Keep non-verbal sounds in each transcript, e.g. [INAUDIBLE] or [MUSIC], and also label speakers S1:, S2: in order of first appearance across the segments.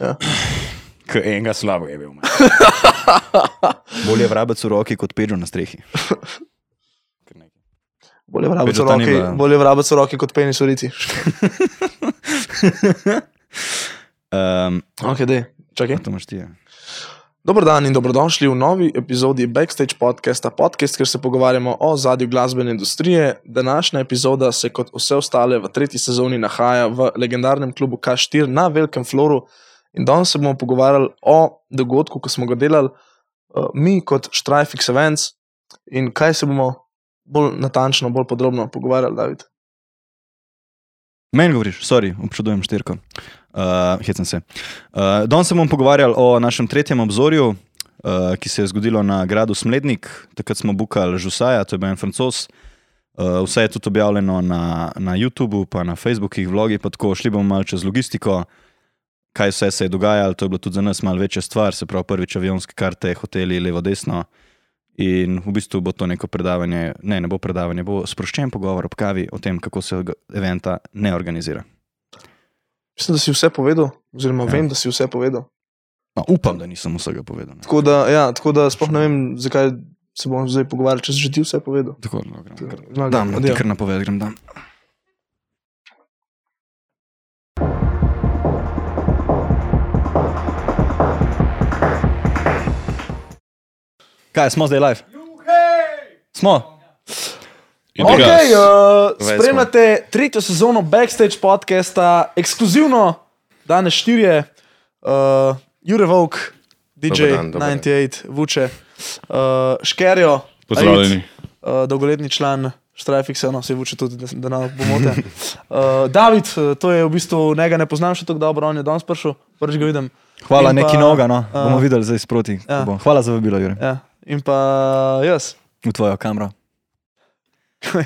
S1: Ja.
S2: K enega slabo je bil. man.
S3: [LAUGHS] Bolje vrabec v roki kot pečo na
S2: [LAUGHS]
S3: strehi.
S2: Kar nekaj.
S1: Bolje vrabec v
S3: Več, da ta ni
S1: roki,
S3: bila, ja.
S1: bolje vrabec v roki kot penis v rici.
S3: Um,
S1: Ok, dej. Čakaj.
S3: to imaš ti. ja.
S1: Dobro dan in dobrodošli v novi epizodi Backstage podcasta, podcast, kjer se pogovarjamo o zadju glasbene industrije. Današnja epizoda se kot vse ostale v tretji sezoni nahaja v legendarnem klubu K4 na Velikem Floru in danes se bomo pogovarjali o dogodku, ko smo ga delali eh, mi kot Štrajfix Events in kaj se bomo bolj natančno, bolj podrobno pogovarjali, David.
S3: Meni govoriš, sorry, občudujem štirko. Uh, Hecam se. Uh, Danes se bomo pogovarjali o našem tretjem obzorju, uh, ki se je zgodilo na gradu Smlednik. Takrat smo bukali Žusaja, to je bil en francos. Uh, vse je tudi objavljeno na, na YouTubu, pa na Facebookih, vlogi, pa tako šli bomo malo čez logistiko, kaj vse se je dogajalo. To je bilo tudi za nas malo večja stvar, se pravi prvič avionske karte, hoteli, levo, desno. In v bistvu bo to neko predavanje, ne, ne bo predavanje, bo sproščen pogovor ob kavi o tem, kako se ga- eventa ne organizira.
S1: Mislim, da si vse povedal, oziroma ja.
S3: Ja.
S1: vem, da si vse povedal.
S3: No, upam, da nisem vsega povedal. ne.
S1: Tako da, ja, tako da sploh ne vem, zakaj se bomo zdaj pogovarjali, če si že ti vse povedal.
S3: Tako no, grem kar-
S4: Ja.
S1: No,
S3: Dam, no, ti
S1: adijo.
S3: kar napoved, grem dam. Kaj smo zdaj live? Smo.
S2: In
S4: Ok,
S2: tega-
S4: uh,
S2: Ves
S4: spremljate tretjo sezono Backstage podcasta, ekskluzivno, danes štirje, uh, Jure Vok, DJ
S5: Dober dan, dober dan.
S4: 98, Vuče, uh, Škerjo,
S2: Pozdravljeni.
S4: Aid, uh, dolgoletni član Štrajfiksa, no se Vuče tudi, da, da ne bomote. Uh, David, uh, to je v bistvu, njega ne poznam še tako dobro, on je danes prišel, prvič ga vidim.
S3: Hvala,
S4: In pa-
S3: neki noga, no.
S4: a-
S3: bomo videli zdaj sproti. kako
S4: Ja.
S3: bo. Hvala za vabilo, Jure.
S4: Ja. In pa eh, jaz. [LAUGHS]
S3: V tvojo kamero.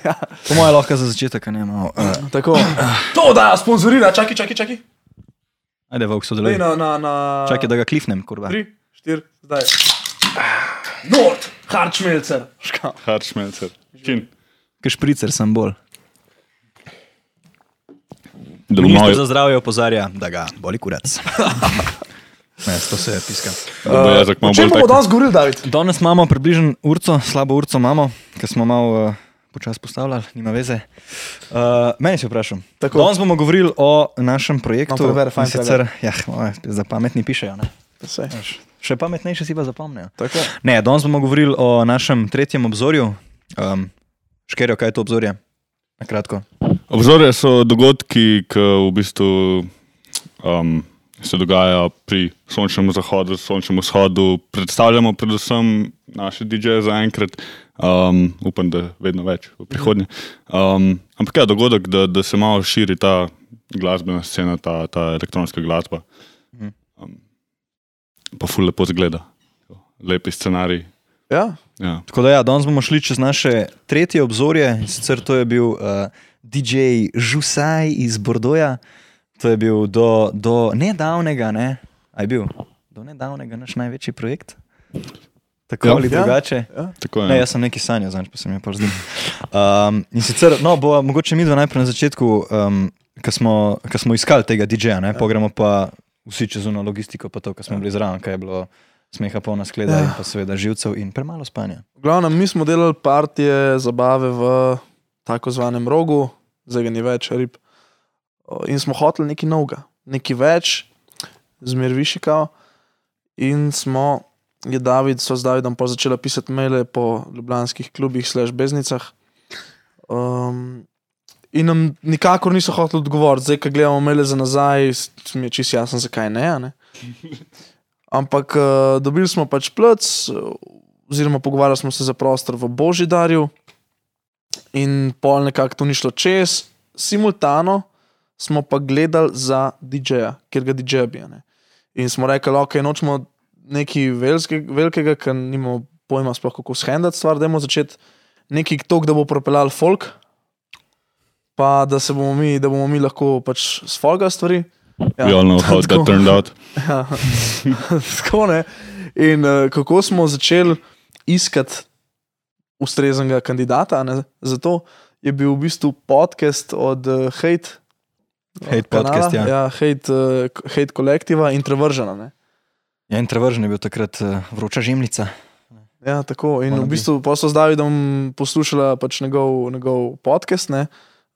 S4: ja,
S3: Po mojem lahko za začetek, a ne malo. Uh,
S4: tako. to da, sponzorira, čakaj, čakaj, čakaj.
S3: ajde, Vok, sodeluj.
S4: Daj Na, na, na...
S3: Čakaj, da ga klifnem, kurva.
S4: Tri, štiri, zdaj. Nord, harčmelcer. Škam.
S2: Hartschmelzer. Kin.
S3: Kaj špricer sem bolj.
S2: Delomal
S3: Ministr
S2: je,
S3: za zdravje opozarja, da ga boli kurac. [LAUGHS] ne, to se piska.
S2: da bo jezik malo
S4: O čem
S2: bolj
S4: bomo
S2: tak.
S4: danes govorili, David?
S3: Danes imamo približno urco, slabo urco imamo, ker smo malo uh, počasi postavljali, nima veze. Uh, meni se vprašam.
S4: Tako.
S3: Danes bomo govorili o našem projektu.
S4: No, preveri,
S3: in
S4: fajn
S3: sicer, ja, o, za pametni pišejo. Ne?
S4: Saj.
S3: Še pametnejše si pa zapomnijo.
S4: Tako.
S3: Ne, danes bomo govorili o našem tretjem obzorju. Um, Škerijo, kaj je to obzorje? Na kratko.
S2: Obzorje so dogodki, ki v bistvu um, se dogajajo pri sončnem zahodu, sončnem vzhodu. Predstavljamo predvsem naše DJ-je zaenkrat, um, upam, da vedno več v prihodnje. Um, ampak je ja, dogodek, da, da se malo širi ta glasbena scena, ta, ta elektronska glasba.
S3: Mhm.
S2: Um, pa ful lepo zgleda, lepi scenarij.
S4: Ja,
S2: Ja.
S3: Tako da, ja, danes bomo šli čez naše tretje obzorje, in sicer to je bil uh, DJ Žusaj iz Bordoja. To je bil do, do nedavnega, ne? A je bil do nedavnega naš največji projekt? Tako
S2: Ja.
S3: ali
S4: Ja.
S3: drugače.
S2: Tako je.
S3: Ne, jaz sem neki sanjal, znaš, pa sem jih pozdravil. Um, in sicer, no, bo mogoče mi dva najprej na začetku, um, ko smo, ko smo iskali tega DJ-ja, ne, pogremo pa vsi čez uno logistiko, pa to, kar smo bili zraven, kaj je bilo smeha polna skleda
S4: Ja.
S3: in pa seveda živcev in premalo spanja.
S4: v glavnem, mi smo delali partije zabave v tako zvanem rogu, zdaj ga ni več, rib. O, In smo hoteli nekaj novega, nekaj več, zmer višji kao. In smo, je David, so z Davidom pa začela pisati maile po ljubljanskih klubih, slash beznicah. Um, in nam nikakor niso hoteli odgovoriti, zdaj, ko gledamo maile za nazaj, s- mi je čisto jasno, zakaj ne. a ne? Ampak uh, dobili smo pač plc, eh, oziroma pogovarjali smo se za prostor v Božidarju, in pol nekako to ni šlo čez, simultano smo pa gledali za DJ-ja, ker ga DJ-ja bi. a ne. In smo rekli, ok, nočemo nekaj velske- velikega, ker nimamo pojma sploh kako shendati stvar, dajmo začeti nekaj tok, da bo propeljal folk, pa da se bomo mi, da bomo mi lahko pač s folga stvari.
S3: Ja.
S4: Ja.
S2: We all
S3: [LAUGHS]
S2: know how that
S4: tako.
S2: turned out.
S4: Ja. [LAUGHS] Tako ne. In uh, kako smo začeli iskati ustreznega kandidata, a ne? zato je bil v bistvu podcast od uh, eh, Hate,
S6: Hate podcast, ja.
S4: ja hate, eh, k- hate kolektiva in trevržena. Ne?
S3: Ja, introvržen je bil takrat eh, vroča žemljica.
S4: Ja, tako. In
S3: Wanna
S4: v
S3: be.
S4: bistvu pa so z Davidom poslušala pač njegov, njegov podcast, ne,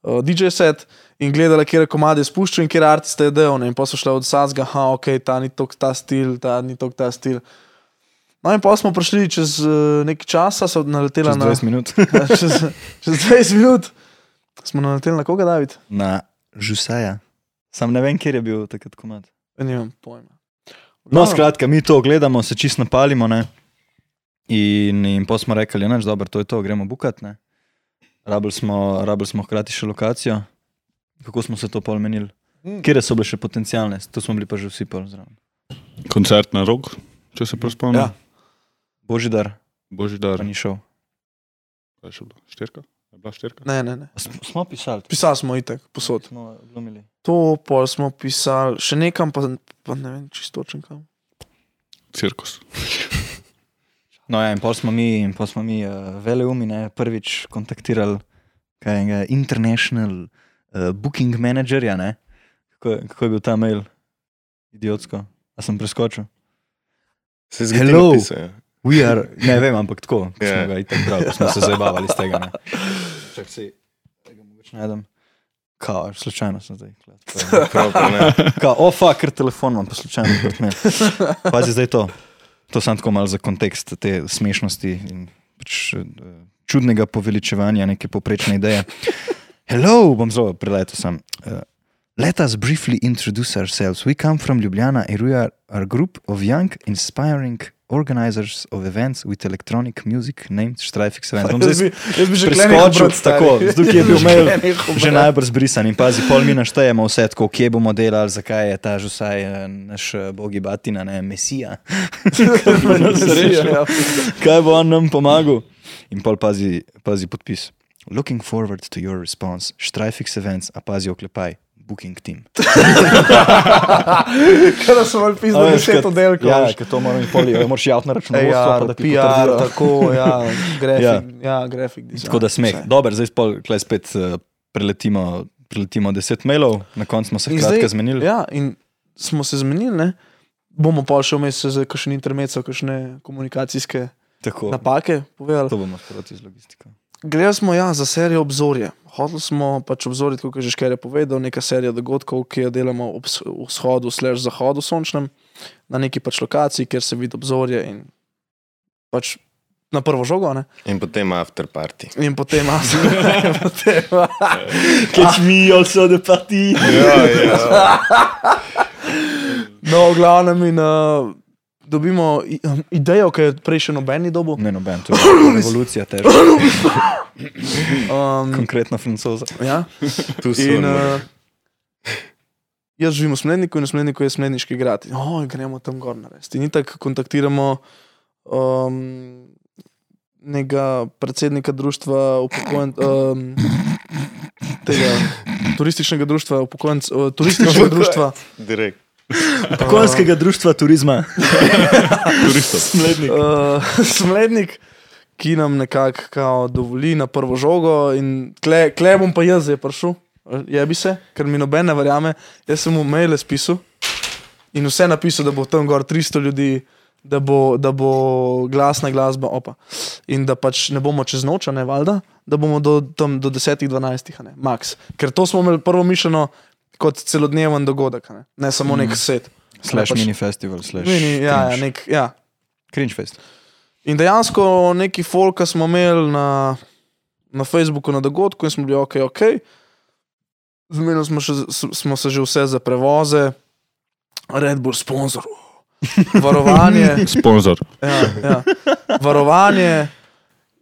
S4: uh, DJ set in gledala, kje komade je spuščal in kje artiste je delal. ne. In pa so šla od Sazga, ha, ok, ta ni tok ta stil, ta ni tok ta stil. No, in pa smo prišli čez uh, nekaj časa, so naletela
S3: Čez
S4: na [LAUGHS]
S3: 20 minut. [LAUGHS]
S4: čez, čez 20 minut. Smo naleteli na koga, David?
S3: Na Žusaja. Sam ne vem, kjer je bil takrat komat.
S4: Ja, Nimam pojma.
S6: No, skratka, mi to gledamo, se čist napalimo. Ne? In, in pa smo rekli, da je dobro, to je to, gremo bukat. ne." Rabili smo, rabili smo hkrati še lokacijo. Kako smo se to pol menili?
S4: mm.
S6: Kje so bile še potencijalne? Tu smo bili pa že vsi pol zraven.
S2: Koncert na rok, če se prav spomnim.
S4: Ja.
S2: Ja.
S6: Božidar,
S2: Božji
S6: pa
S2: dar.
S6: ni šel.
S2: Kaj je še bilo? Štirka? Je bila štirka?
S4: Ne, ne, ne.
S3: Smo pisali.
S4: Pisali smo itek, posod.
S3: Smo glumili.
S4: To pa smo pisali še nekam, pa, pa ne vem čisto točen kam.
S2: Cirkus.
S3: No, ja, in pa smo mi, in pol smo mi uh, veleumine prvič kontaktirali kaj enega international uh, booking managerja. ne? Kako, je- kako je bil ta mail? Idiotsko. A sem preskočil?
S7: Se
S3: Hello.
S7: zgodi, da je.
S3: We are, ne vem, ampak tako, ki
S7: Ja.
S3: smo ga itak brali, ko smo se zabavali iz tega. ne. Čak si, da ga mogoče najdem. Kao, slučajno sem zdaj. tule, to je [LAUGHS] bilo prav. Kao, o, fuck, ker telefon imam, pa slučajno kot ne. Pazi zdaj to. To sem tako malo za kontekst te smešnosti in pač, eh, čudnega poveličevanja neke poprečne ideje. Hello, bom zelo preletel sem. Eh, Let us briefly introduce ourselves. We come from Ljubljana and we are a group of young, inspiring organizers of events with electronic music named Strifix Event. Bom zdaj
S4: Jaz bi, jaz bi že
S6: preskočil
S4: klenih obrad, stari.
S6: tako, zato
S4: [LAUGHS]
S6: ker je bil mail
S4: Klenih obrad.
S6: že najbolj zbrisan in pazi, pol mi naštejemo vse, tako, kje bomo delali, zakaj je ta žusaj eh, naš eh, bogi Batina, ne
S3: [LAUGHS]
S6: mesija.
S4: [LAUGHS] Ja,
S6: Kaj bo on nam pomagal?
S3: In pol pazi, pazi podpis. Looking forward to your response. Strifix Events, a pazi oklepaj. Booking team.
S4: Kaj da sem vam pisal, da je to del, ko
S3: Ja, ker to moram in pol, ja, moraš javno na računovodstvo, pa da ti
S4: ja, PR,
S3: potrdijo.
S4: tako, ja, grafik, ja. ja, grafik design.
S3: Tako da smeh.
S4: vse.
S3: Dober, zdaj pol, klej spet eh, preletimo, preletimo deset mailov, na koncu smo se
S4: In
S3: kratka
S4: zdaj-
S3: zmenili.
S4: Ja, in smo se zmenili, ne? bomo pa še vmes z kakšnim intermecem, kakšne komunikacijske
S3: Tako,
S4: napake povedali.
S3: to bomo sproti z logistiko.
S4: Greli smo ja, za serijo obzorje. Hoteli smo pač obzorje, kot je že Šker je povedal, neka serija dogodkov, ki jo delamo ob s- vzhodu, slash zahodu sončnem, na neki pač lokaciji, kjer se vidi obzorje in pač na prvo žogo. Ne?
S7: In potem after party.
S4: In potem [LAUGHS] imamo.
S6: Catch me also the party.
S7: Ja, ja.
S4: no, v glavnem in uh, dobimo i- idejo, ki je prej še noben ni dobil.
S6: [LAUGHS]
S3: Ne, noben,
S6: [COUGHS]
S3: to je revolucija težka,
S4: Um,
S3: konkretno francoza.
S4: ja.
S7: [LAUGHS] Tu so
S4: In,
S7: in, uh,
S4: uh, jaz živim v Smledniku in v Smledniku je smledniški grad. In, oh, gremo tam gor narediti. In tako kontaktiramo um, nekega predsednika društva upokojencev. Um, Tega turističnega društva, upokojencev, uh, turističnega društva,
S7: direkt.
S3: Ah.
S6: Konjskega društva turizma.
S4: uh, [LAUGHS] smlednik, ki nam nekako kao dovoli na prvo žogo. In kle, kle bom pa jaz zdaj prišel, je bi se, ker mi noben ne verjame. Jaz sem mu mail spisal in vse napisal, da bo tam gor 300 ljudi. Da bo, da bo glasna glasba, opa. In da pač ne bomo čez noč, a ne valjda, da bomo do, tam do 10-12, a ne, max. Ker to smo imeli prvo mišljeno kot celodneven dogodek, a ne, ne samo nek set.
S3: Slash
S4: pač-
S3: mini festival, slash
S4: Mini, ja, ja,
S3: cringe-
S4: nek, ja,
S3: cringe fest.
S4: In dejansko neki folka smo imeli na, na Facebooku na dogodku in smo bili ok, ok. Zmenili smo, še, s- smo se že vse za prevoze, Red Bull sponzor, varovanje,
S2: Sponzor.
S4: ja, ja. varovanje.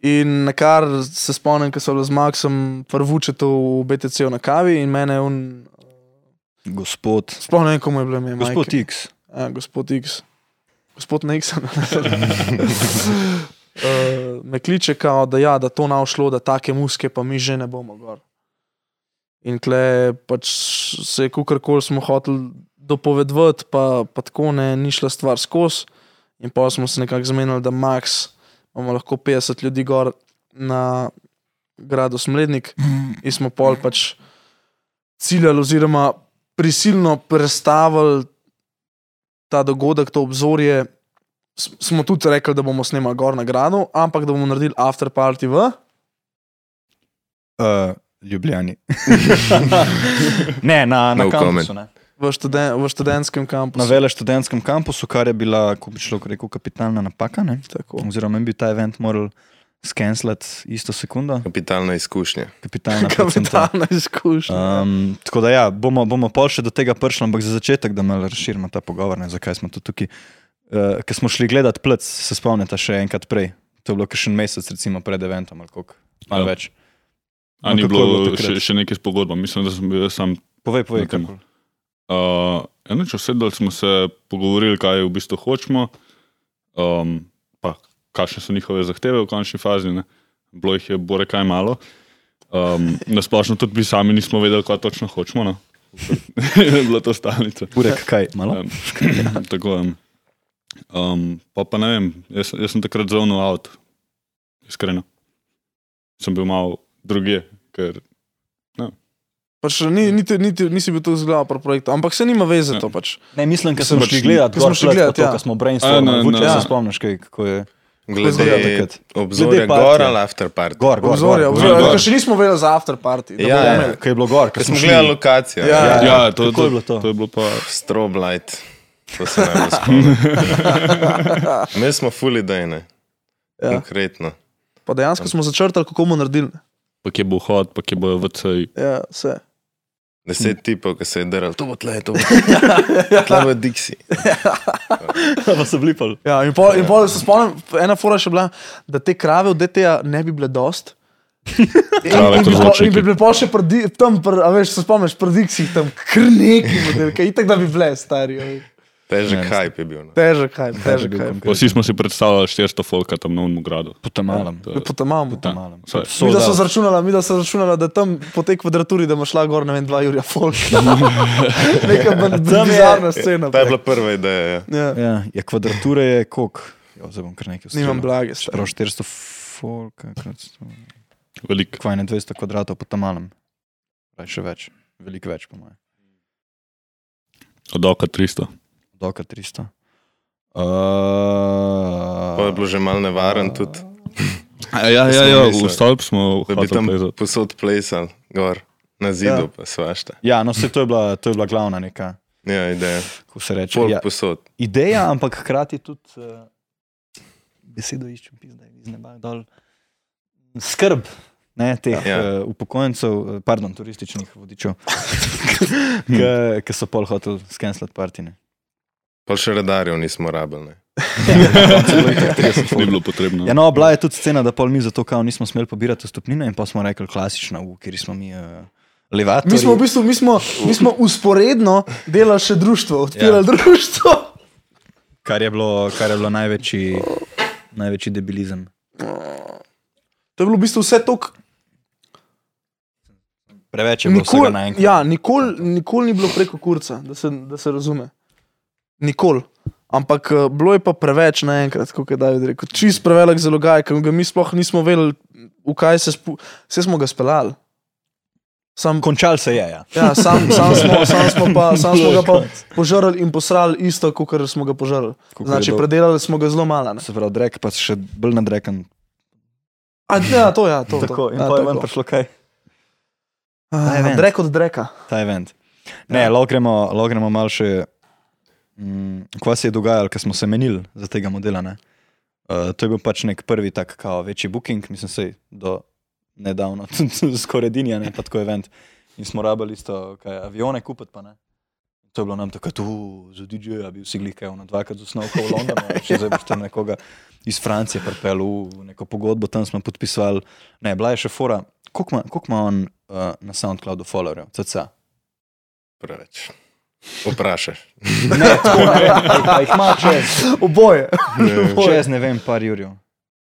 S4: In na kar se spomnim, ko sem bil z Maxom prvučeto v BTC-u na kavi in mene je un,
S3: Gospod.
S4: sploh ne vem, komu je bilo ime. Mike.
S3: Gospod X.
S4: Ja, gospod X, gospod Nixon. [LAUGHS] Uh, me kliče, kao, da, ja, da to ne ušlo, da take muske pa mi že ne bomo gor. In kle pač se je kukorkoli smo hoteli dopovedovati, pa, pa tako ne, ni šla stvar skozi. In pa smo se nekako zmenili, da max imamo lahko 50 ljudi gor na gradu Smlednik in smo pol pač ciljali oziroma prisilno prestavili ta dogodek, to obzorje. S- Smo tudi rekli, da bomo snemali gor na gradu, ampak da bomo naredili after party v.
S3: Uh,
S4: [LAUGHS]
S3: Ljubljani. ne, na, na
S7: No
S3: no kampusu.
S7: comment.
S3: Ne.
S4: V, študen, v študentskem kampusu.
S3: Na vele študentskem kampusu, kar je bila, ko bi človek rekel, kapitalna napaka. Ne?
S4: Tako.
S3: Oziroma, meni bi ta event moral skenslati isto sekundo,
S7: Kapitalna izkušnja.
S3: kapitalna
S4: [LAUGHS]
S3: procenta.
S4: Kapitalna izkušnja.
S3: Um, tako da ja, bomo, bomo pol še do tega prišli, ampak za začetek, da malo razširimo ta pogovor, ne, zakaj smo tu tukaj. Uh, Ker smo šli gledati plec, se spomnite še enkrat prej. To je bilo kakšen mesec, recimo pred eventom ali koliko, malo
S2: Ja.
S3: ja. več.
S2: A ni
S3: No, kako je bilo
S2: bilo
S3: takrat?
S2: še, še nekaj s pogodbo, mislim, da sem bil jaz sam.
S3: Povej, povej,
S2: Na tem.
S3: kako.
S2: Uh, eno, če sedeli smo se pogovorili, kaj v bistvu hočemo, um, pa kakšne so njihove zahteve v končni fazi. Ne? Bilo jih je bore kaj malo. Um, nasplošno tudi mi sami nismo vedeli, kaj točno hočemo. No? [LAUGHS] je bila to stalnica.
S3: Urek, kaj, malo?
S2: Um, tako je. Um, pa, pa ne vem, jaz, jaz sem takrat zelo nov avt, iskreno. Sem bil malo druge, ker
S4: Pač ni, niti, niti, nisi bil tu zglav pri projektu, ampak se nima veze to pač.
S3: Ne, mislim,
S2: Ko
S3: ker
S2: smo
S3: smo
S2: pač-
S3: šli gledati,
S4: ko smo
S3: gor
S4: šli
S3: plec, pa
S4: gledat,
S3: to,
S4: ja.
S3: ko smo
S2: A, na-
S3: brainstormali. Vuče,
S2: na- ja.
S3: se spomniš, kaj, kako je izgledalo
S7: Glede
S3: takrat.
S7: obzorja
S3: Glede partija.
S7: gor ali after party.
S3: Gor, gor,
S4: Obzorja,
S3: gor,
S4: obzorja.
S2: gor.
S4: ker Še nismo vedeli za after party. no. da
S7: Ja,
S4: bomo
S7: ja.
S4: imeli.
S3: Kaj je bilo gor,
S7: Ker
S3: kaj
S7: smo
S3: smo
S7: gledali
S2: [LAUGHS]
S3: šli.
S7: lokacijo.
S4: Ja,
S3: Ja,
S2: Ja, to-
S3: kako
S2: to-
S3: je bilo to?
S2: to je bilo pa
S7: Strobe light. To se nam je [LAUGHS] spomnilo. Mi smo fully dajne.
S4: Ja.
S7: Konkretno.
S4: Pa dejansko smo začrtali, kako bomo naredili.
S2: pa kje bo vhod, pa kje bojo VC-ji.
S4: Ja, vse.
S7: Deset tipov, ki se je drl. Hm. To bo tle, [LAUGHS] to bo tle. Tle bo Dixie.
S3: Pa so bili pol.
S4: Ja, in pol, in pol se spomnim, ena fora še bila, da te krave od DT-ja ne bi bile dost. In,
S2: Krave
S4: in, bi, po,
S2: kot
S4: in
S2: zvočniki.
S4: bi bile pa še pr, di- tam, pr, a veš, se spomniš, prediksi tam krneki, kaj itak da bi bile, stari. a veš.
S7: Težek hype je bil. no.
S4: Težek kaj, težek kaj.
S2: Pa Vsi smo si predstavljali 400 folka tam na Unmu gradu.
S3: Potem malem.
S2: To je-
S4: Potamamo.
S2: ja,
S3: malem.
S2: saj,
S4: Mi da so zračunala, mi da so zračunala, da tam po tej kvadraturi, da bo šla gor, ne vem, dva Jurija Folka. Neka ben- bizarna scena.
S7: Ta je bila prva ideja. ja.
S4: Ja,
S3: Ja, ja kvadrature je koliko? Jo, Zdaj bom kar nekaj vse.
S4: nimam blage. stari.
S3: Prav 400 folka, krat sto-
S2: Velik.
S3: kvaj ne 200 kvadratov po tam malem. Raj še več, veliko več po mojem.
S2: Od oka 300.
S3: Doka 300.
S7: Pa je
S3: Uh,
S7: bilo že mal nevaren tudi,
S2: Ja, ja,
S7: ja,
S2: ja,
S7: ja,
S2: ja v
S7: v
S2: stolp smo
S7: da bi tam
S2: hodili.
S7: posod plesal, gor, na zidu pa svašta.
S3: ja, no, vse to je bila, to je bila glavna neka,
S7: Ja, ideja.
S3: kako se reče.
S7: Folk
S3: Ja,
S7: posod.
S3: ideja, ampak hkrati tudi uh, besedo iščem, da je iz neba dol. Skrb ne, teh
S7: Ja.
S3: ja. uh, upokojencev, eh, pardon, turističnih vodičev, [LAUGHS] ki so pol hotel skenslati
S7: [LAUGHS]
S3: partine.
S7: Pa še redarjev nismo rabili. ne.
S2: Ni bilo potrebno.
S3: Ja, no, bila je tudi scena, da pol mi zato kao nismo smeli pobirati stopnine in pa smo rekli klasična, v kateri smo mi uh, levatori.
S4: Mi smo, v bistvu, mi, smo, mi smo usporedno delali še društvo, odpirali ja. društvo.
S3: kar je bilo, kar je bilo največji, največji debilizem.
S4: To je bilo v bistvu vse to, kar
S3: Preveč je bilo
S4: nikoli
S3: vsega naenkrat.
S4: ja, nikol, nikol ni bilo preko kurca, da se, da se razume. Nikoli. Ampak eh, bilo je pa preveč naenkrat, kot je David rekel. Čist prevelik zalogaj, ki ga mi sploh nismo vedeli, v kaj se spu... Vse smo ga speljali. Sam,
S3: Končal se je, ja.
S4: ja, sam, sam, smo, sam, smo pa, sam smo ga pa požrli in posrali isto, kot smo ga požrli.
S3: Kakor je
S4: Znači,
S3: dol-
S4: predelali smo ga zelo malo. ne.
S3: Se pravi, drek pa še bolj nadrekan.
S4: A, ja, to je. Ja, to, to. Ja, tako.
S3: prišlo kaj?
S4: Ah,
S3: event.
S4: Drek od dreka.
S3: Ta event. Ne, ja. logremo, logremo malo še, mm, kva se je dogajalo, ker smo se menili za tega modela. ne. Uh, to je bil pač nek prvi tak kao večji booking, mislim se do nedavno, [LAUGHS] skoraj dinja, ne pa tako event. In smo rabili isto, kaj avione kupiti pa ne. To je bilo nam tako, tu za DJ-ja bi vsi glikajo na dvakrat z osnovko v Londonu, a še zdaj boš tam nekoga iz Francije pripeljal v neko pogodbo, tam smo podpisali. Ne, bila je še fora, koliko ima- koliko ima on uh, na SoundCloudu followerjev, CCA?
S7: Preveč. Vprašaš.
S3: [LAUGHS] Ne, tako ne vem, a jih ima čez,
S4: Oboje.
S3: čez ne vem, par jurjev.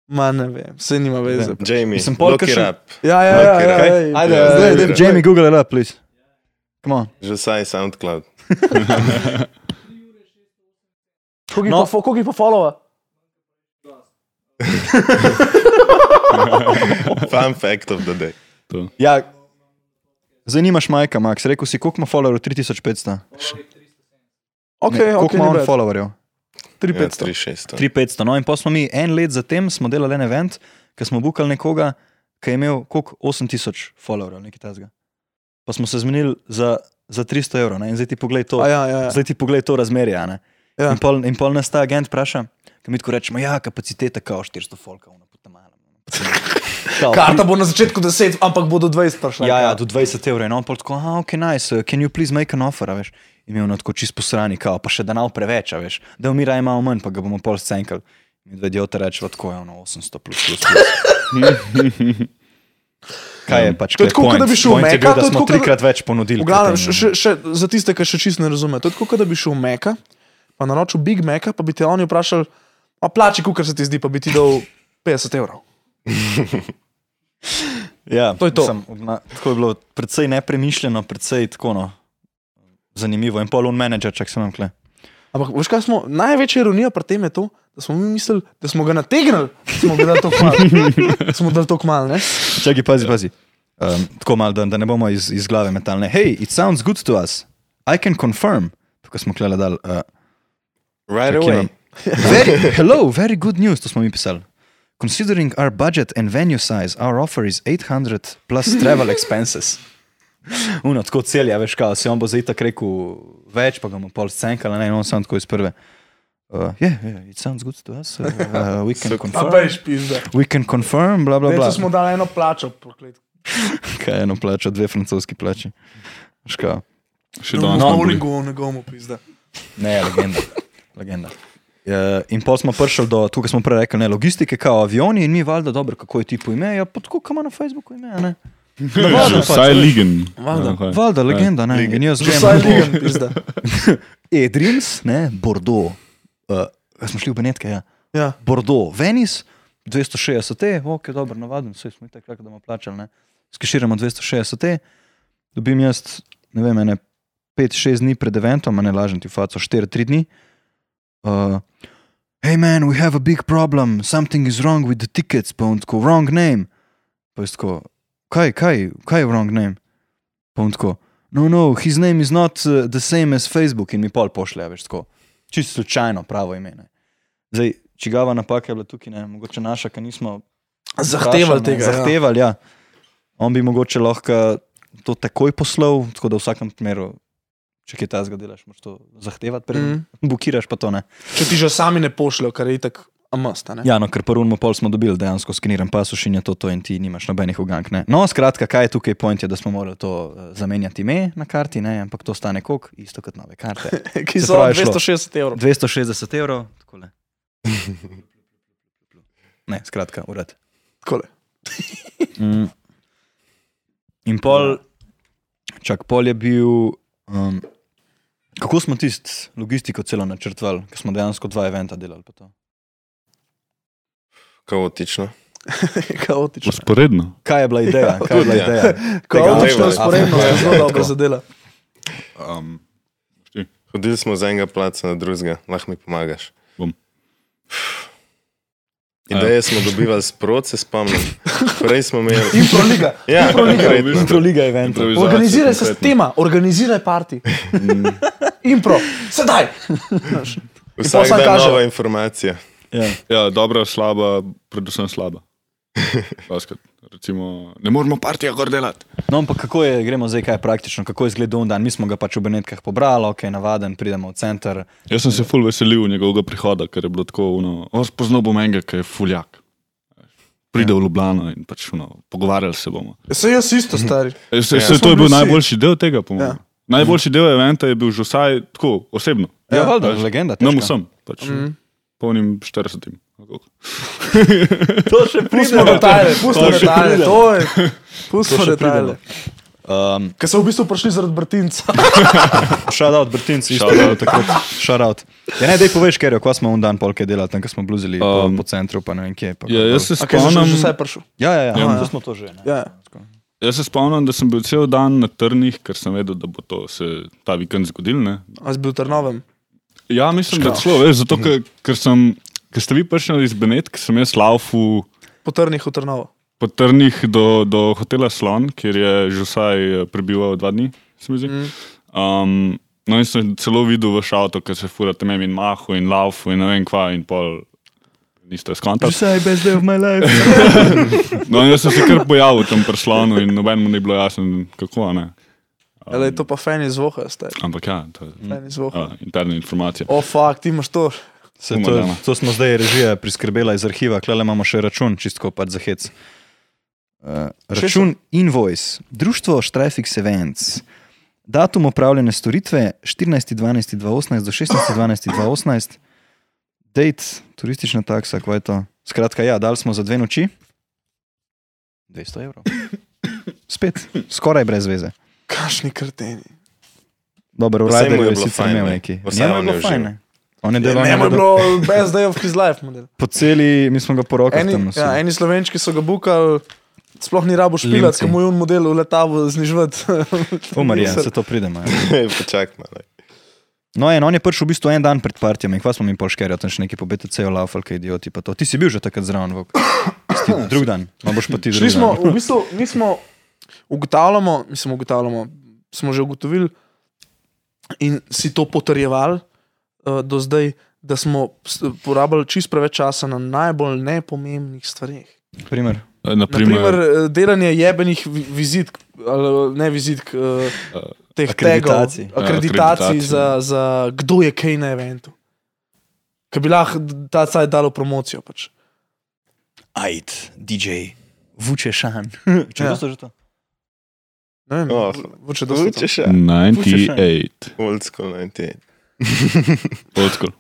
S4: Ma ne vem, vse nima veze.
S7: [LAUGHS] Jamie,
S3: Mislim, pol,
S7: look
S3: ker
S7: it
S3: še-
S7: up.
S4: Ja, ja, ja. ja,
S3: Kaj?
S4: ja, ja.
S3: Ajde,
S7: zdaj,
S3: zdaj,
S7: zdaj,
S3: zdaj,
S7: zdaj.
S3: Jamie, Google it up, please. Come on.
S7: Že saj [LAUGHS] SoundCloud.
S4: Koliko jih
S3: No.
S4: pa fo- koliko jih pa followa?
S7: Fun fact of the day.
S3: Ja, Zdaj nimaš majka, Max, rekel si, koliko ima followerov? 3500.
S4: Ok,
S3: Ne,
S4: ok,
S3: koliko ima
S4: ni
S3: on
S4: bad.
S3: followerjev?
S7: Ja,
S4: 3500.
S7: 3600.
S3: 3500. No, in pa smo mi en let zatem smo delali en event, ki smo bukali nekoga, ki je imel koliko 8000 followerjev, ali nekaj tazga. Pa smo se zmenili za, za 300 evrov. ne, In zdaj ti poglej to.
S4: A Ja, ja, ja.
S3: Zdaj ti poglej to razmerje. a ne.
S4: Ja.
S3: In, pol, in pol nas ta agent vpraša, ki mi tako rečemo, ja, kapaciteta kao 400 folkov, no, potem malo.
S4: [LAUGHS] Karta bo na začetku 10, ampak bodo 20 prišla.
S3: Ja, ja, do 20 evrov. In on pa tako, ah, ok, nice, uh, can you please make an offer, a veš. In mi je ono tako čist posrani, kao, pa še da nav preveč, a veš. Da umira imamo manj, pa ga bomo pol scenkali. Mi dva idiota rečeva, tako je ono 800 plus plus. plus.
S4: [LAUGHS]
S3: Kaj je pač?
S4: To je
S3: kaj
S4: tako, kot da bi
S3: point?
S4: šel v
S3: Point je
S4: Meka,
S3: bil,
S4: to
S3: da
S4: je
S3: smo
S4: tako, kot da-
S3: trikrat več ponudili.
S4: V glavnem, še, še, še za tiste, ki še čist ne razumejo, to je tako, kot da bi šel v Meka, pa naročil Big Meka, pa bi te oni vprašali, a plači, kukar se ti zdi, pa bi ti dal 50 evrov.
S3: Ja,
S4: To je to.
S3: Mislim, obna, tako je bilo precej nepremišljeno, precej tako no, zanimivo. In polon menedžer, čak sem vam kle.
S4: Ampak, veš kaj smo, največja ironija pri tem je to, da smo mi mislili, da smo ga nategnili, da smo ga dali tako malo. Da smo dali tako malo, [LAUGHS] ne?
S3: Čakaj, pazi, pazi. Um, tako malo, da, da ne bomo iz, iz glave metalne. Hey, it sounds good to us. I can confirm. Tako smo klele dal. Uh,
S7: Right
S3: Čakaj,
S7: away.
S3: imam. [LAUGHS] very, hello, very good news, to smo mi pisali. Considering our budget and venue size, our offer is 800 plus travel expenses. [LAUGHS] Uno, tako cel je, veš, kaj se on bo zdaj tako rekel, več pa ga bomo pol scenkali, ne, in on sam tako iz prve. Uh, yeah, yeah, it sounds good to us. Uh, uh, we can confirm.
S4: Bejš pizda.
S3: We can confirm, bla bla bla.
S4: Če smo dali eno plačo, poklet.
S3: Kaj eno plača, dve francoski plači. Ška.
S2: Še
S4: No,
S2: danes.
S4: no,
S2: smo bili.
S4: no, ne gomo pizda.
S3: Ne, legenda. legenda. E, in pol smo prišli do, tukaj smo prej rekli, ne, logistike, kao avioni in mi valjda dobro, kako je tipo ime, ja, pa tako, kam ima na Facebooku ime, a ne.
S2: Ja, Vsaj ligen.
S4: Valjda.
S2: Ja, kaj.
S3: Valjda, legenda, ne. In jaz grem
S4: Vsaj
S3: tako,
S4: ligan [LAUGHS] pizda.
S3: E-Dreams, ne, Bordeaux. Uh, smo šli v Benetke, ja.
S4: Ja.
S3: Bordeaux, Venice, 260 te, ok, dobro, navaden, vse smo itak rekli, da bomo plačali, ne. Skeširamo 260 te, E, dobim jaz, ne vem, ene 5-6 dni pred eventom, a ne lažem ti faco, 4-3 dni. Uh, hey man, we have a big problem, something is wrong with the tickets, pa on tako, wrong name. Pa jaz tako, kaj, kaj, kaj je wrong name? Pa on tako, no, no, his name is not uh, the same as Facebook in mi pol pošlje, a veš tako. Čisto slučajno pravo ime. Ne. Zdaj, čigava napaka je bila tukaj, ne? mogoče naša, ki nismo
S4: Zahtevali
S3: vprašali, ne,
S4: tega. ja.
S3: Zahtevali, ja. ja. On bi mogoče lahko to takoj poslal, tako da v vsakem primeru, če kaj ta zgodiš, moraš to zahtevati, preden mm.
S4: Mhm.
S3: bukiraš pa to ne.
S4: Če ti že sami ne pošljajo, kar je itak amast, a ne? [LAUGHS]
S3: Ja, no, ker prvo pol smo dobili dejansko skeniran pasuš in je to, to in ti nimaš nobenih ugank. Ne? No, skratka, kaj je tukaj point, je, da smo morali to eh, zamenjati ime na karti, ne? ampak to stane koliko, isto kot nove karte.
S4: Ki
S3: Se
S4: so
S3: pravi, šlo.
S4: 260 evrov.
S3: 260 evrov, takole. [LAUGHS] Ne, skratka, urad.
S4: Takole.
S3: Mm. In pol, čak pol je bil. Um, kako smo tisto logistiko celo načrtovali, ker smo dejansko dva eventa delali? pa to?
S7: Kaotično.
S4: [LAUGHS] Kaotično.
S2: Usporedno.
S3: Kaj je bila ideja? Kaj je bila
S7: tudi, ja.
S3: ideja?
S4: Kaotično
S7: Tega-
S4: usporedno
S7: Ja,
S4: se zelo dobro
S3: tako.
S4: zadela.
S2: Um,
S7: Hodili smo z enega placa na drugega, lahko mi pomagaš.
S2: Bom.
S7: Ideje smo dobivali sprot, se [LAUGHS] spomnim. Prej smo imeli.
S4: [LAUGHS] Improliga.
S7: Ja, konkretno.
S3: Introliga event.
S2: improvizacija,
S4: Organiziraj se s
S2: konkretno.
S4: tema, organiziraj [LAUGHS] parti. Mm. Impro, sedaj.
S7: Vsak
S4: sam
S7: dan
S4: kaže.
S7: nova informacija. [LAUGHS]
S3: Ja.
S2: Ja, dobra, slaba, predvsem slaba. Basket. Recimo, ne moramo partija gor delati.
S3: No, ampak kako je, gremo zdaj, kaj je praktično, kako je zgledal dan. Mi smo ga pač v Benetkah pobrali, ok, navaden, pridemo v center.
S2: Jaz sem se ful veselil njegovega prihoda, ker je bilo tako, ono, "O, spoznal bom enega, ki je fuljak. Pride v Ljubljano in pač ono, pogovarjali se bomo.
S4: Se jaz isto [LAUGHS] stari.
S2: E, Se,
S7: Ja.
S2: ja, se, to
S4: Smo
S2: je bil
S4: bili vsi.
S2: najboljši del tega, po mojem.
S4: Ja.
S2: Ja. Najboljši del eventa je bil že vsaj tako, osebno.
S3: Ja, valjda, legenda.
S2: Nam
S3: težka.
S2: vsem, pač, mm. polnim 40. ali koliko.
S3: To še
S4: Pustimo detajle, pustimo
S3: To še
S4: detajle,
S3: pride.
S4: to je. Pustimo
S3: še
S4: detajle.
S3: Um,
S4: Ker so v bistvu prišli zaradi Brtinca.
S3: Shout out, Brtinci, isto je bilo takrat. Shout out. Ja, ne, dej poveš, ker je, ko smo un dan polke delali, tam, ko smo bluzili um,
S2: Um,
S3: po, po centru, pa ne vem kje. Pa,
S2: Ja, jaz se
S4: Okay,
S2: spomnim,
S4: že vse prišel.
S3: ja, ja, ja,
S2: Ja.
S3: ja. Zdaj smo to že. Ne?
S4: Ja.
S2: jaz se spomnim, da sem bil cel dan na trnih, ker sem vedel, da bo to se ta vikend zgodil. Ne?
S4: A si bil v Trnovem?
S2: Ja, mislim, da celo, veš, zato, ker, ker, sem, ker ste vi prišli iz Benetk, sem jaz laufu,
S4: Po Trnih v Trnovo.
S2: po Trnih do, do hotela Slon, kjer je Žusaj eh, prebival dva dni, se mi zdi. Mm. Um, no, in sem celo videl vaš avto, ker se furate mem in mahu in laufu in ne vem kva in pol. Niste
S3: [LAUGHS]
S2: skontali.
S6: Vsaj best day of my life.
S2: No, in jaz sem se kar pojavil tam pri slonu in nobenemu ni bilo jasno, kako a ne.
S4: Lej, to pa feni zvoha, ste.
S2: Ampak ja, to je
S4: Feni zvoha.
S2: a, interna informacija.
S4: O, fakt, ti imaš to.
S6: Se,
S2: Uma
S6: to,
S2: dama.
S6: to smo zdaj režija priskrbela iz arhiva, klele imamo še račun, čistko pač za hec. Uh, račun Invoice, društvo Štrajfix Events. Datum opravljene storitve 14.12.2018 do 16.12.2018, date, turistična taksa, kaj je to. Skratka, ja, dal smo za dve noči 200 evrov. Spet, skoraj brez veze.
S4: Kašni krteni.
S6: Dobro,
S7: Pa saj
S6: urajal
S7: mu je
S6: je
S7: bilo
S6: sicer
S7: fajn,
S6: imel
S7: ne.
S6: neki.
S7: Pa saj
S6: Njemu je
S7: on je
S6: bilo
S7: užival.
S6: fajn. ne. On je
S4: Ne,
S6: delal
S4: moj bro, best day of his life model.
S6: po celi, mi smo ga porokali tam.
S4: Eni,
S6: nosil.
S4: ja, eni slovenčki so ga bukali, sploh ni rabo špilat,
S6: Limci.
S4: ki mu je un model uletavo [LAUGHS] znižvati.
S6: Umar je,
S4: Nisem.
S6: se to pridemo. Ja.
S7: Počakaj malo.
S6: No, in on je prišel v bistvu en dan pred partijem in kva smo mi polškerja, tam še neki pobete cejo laufal, kaj idioti pa to. Ti si bil že takrat zraven, vok. Sti,
S3: [COUGHS]
S6: drug dan, ma boš pa ti že.
S4: Šli smo, v bistvu, mi smo ugotavljamo, mislim, ugotavljamo, smo že ugotovili in si to potrjevali uh, do zdaj, da smo s- porabili čist preveč časa na najbolj nepomembnih stvareh.
S6: Primer.
S2: E, Naprimer,
S4: Naprimer, eh, delanje jebenih vi- vizitk, ali ne vizitk, eh, teh
S3: akreditacij.
S4: tegov, akreditacij,
S2: Ja,
S4: akreditacij
S2: akreditacij.
S4: za, za kdo je kaj na eventu. Ker bi lahko ta cajt dalo promocijo. Pač.
S3: Ajd, DJ,
S6: [LAUGHS]
S3: Vučešan. Če
S4: Ja.
S3: ja. že to?
S4: Ne vem,
S7: Oh,
S4: v- če dosti to.
S7: Zvuči še.
S2: 98,
S7: Old school 98.
S2: old school.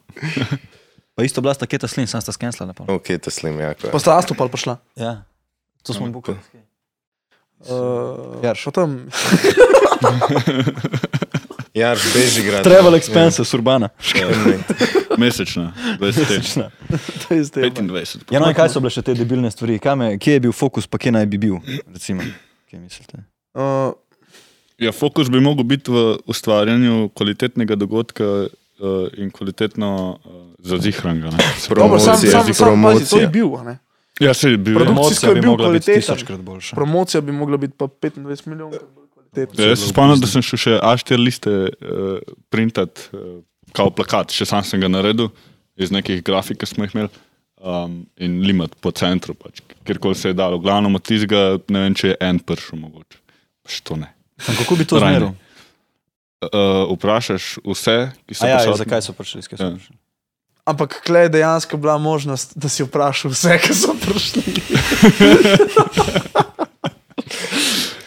S3: Pa isto bila sta Keta Slin, sam sta skensla na pol.
S7: Ok, to slim jako. je.
S4: Pa sta Astopal prišla.
S3: Ja, to smo bukali.
S4: Uh,
S3: Ja,
S4: šel tam. eh,
S7: Ja, beži grad.
S3: Travel expenses, urbana.
S7: ja,
S4: [LAUGHS]
S2: Mesečna, 20,
S3: Točno.
S2: 25.
S3: Ja, no in kaj so bile še te debilne stvari? Kam Je, kje je bil fokus, pa kje naj bi bil? Recimo. Kje mislite?
S4: Uh,
S2: Ja, fokus bi lahko bil v ustvarjanju kvalitetnega dogodka uh, in kvalitetno uh, zazihranga. ne. Se pravi,
S4: dobro, sam,
S7: Promocija,
S4: sam,
S7: zdaj
S4: sam pazi, to je
S7: promocija.
S4: bil. a ne.
S2: Ja, se je bil.
S4: Produkt-
S2: ja.
S4: Produkcijsko je bil kvaliteten.
S3: tisočkrat boljši.
S4: Promocija bi mogla biti pa 25 milijonov.
S2: Ja, jaz se spomnim, da sem šel še A4 liste uh, printat, uh, kao plakat, še sam sem ga naredil iz nekih grafik, ki smo jih imeli. Um, in limat po centru, pač, kjerkoli se je dalo. Glavno od tistega, ne vem, če je en pršil mogoče. Pač to ne.
S3: Sam, kako bi to
S2: Rajne.
S3: zmeril?
S2: Uh, vprašaš vse, ki so
S3: A Ja, ja,
S2: prisotni.
S3: zakaj so prišli? Zakaj so
S2: Ja.
S3: prišli?
S4: Ampak kle je dejansko bila možnost, da si vprašal vse, ki so prišli.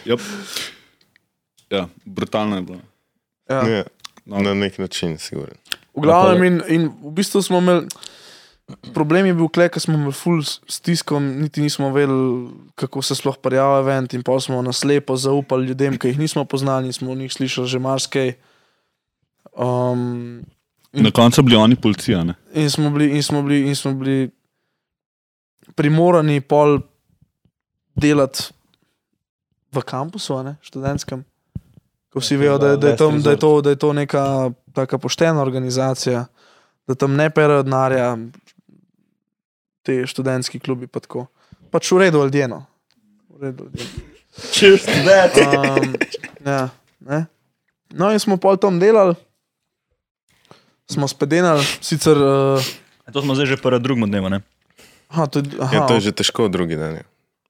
S2: Yep. Ja, brutalno je bilo.
S4: Ja.
S7: Ja,
S2: No.
S7: Na nek način, siguren.
S4: V glavnem, in, in v bistvu smo imeli. Problem je bil, kle, ker smo imeli full s- stiskom, niti nismo vedeli, kako se sploh prijavlja event, in pa smo na slepo zaupali ljudem, ki jih nismo poznali, in smo o njih slišali že marsikaj. Um,
S2: Na koncu bili oni policija. Ne?
S4: in smo bili, in smo bili, in smo bili primorani pol delati v kampusu, a ne, študentskem. Ko vsi vejo, da, je- da, je tam, da, je to, da je to neka taka poštena organizacija, da tam ne perajo denarja, te študentski klubi pa tako. Pač v redu, aldjeno. V redu, aldjeno.
S7: Cheers to that!
S4: Um, ja, ne. no, in smo pol tam delali, smo spedenali, sicer. Uh,
S3: [LAUGHS] To smo zdaj že prvi drugemu dnevu, ne?
S4: Aha, to je, d- aha,
S7: Ja, to je že težko drugi dan. je.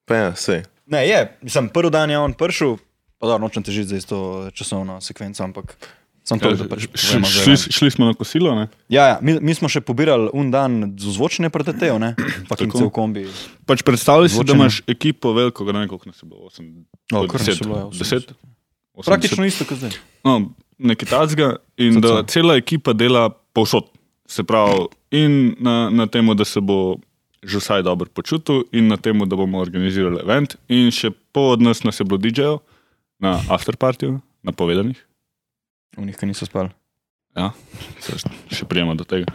S7: Pa ja, sej.
S3: Ne, je, sem prvi dan je on prišel, pa da nočem težiti zdaj s to časovno sekvenco, ampak sem
S2: Ja,
S3: to, da pač
S2: Šli,
S3: povemo zdaj,
S2: šli,
S3: ne.
S2: šli smo na kosilo, ne?
S3: Ja, ja mi, mi smo še pobirali un dan z zvočne pretetev, ne? Pa kim
S2: Tako.
S3: cel kombi.
S2: pač predstavljaj si, da
S3: Odločeno.
S2: imaš ekipo veliko, ne vem koliko nas je bilo, 8,
S3: No, kar nas je
S2: 10,
S3: bilo, ja, osemdeset.
S2: 10,
S3: Praktično isto kot zdaj.
S2: no, nekaj tacga in
S3: Zato.
S2: da cela ekipa dela povsod. Se pravi, in na, na tem, da se bo že vsaj dobro počutil, in na tem, da bomo organizirali event, in še po od nas nas je bilo DJ-jev na afterpartiju, napovedanih.
S3: V njih, ki niso spali.
S2: Ja, se še prijemo do
S3: [LAUGHS]
S2: tega.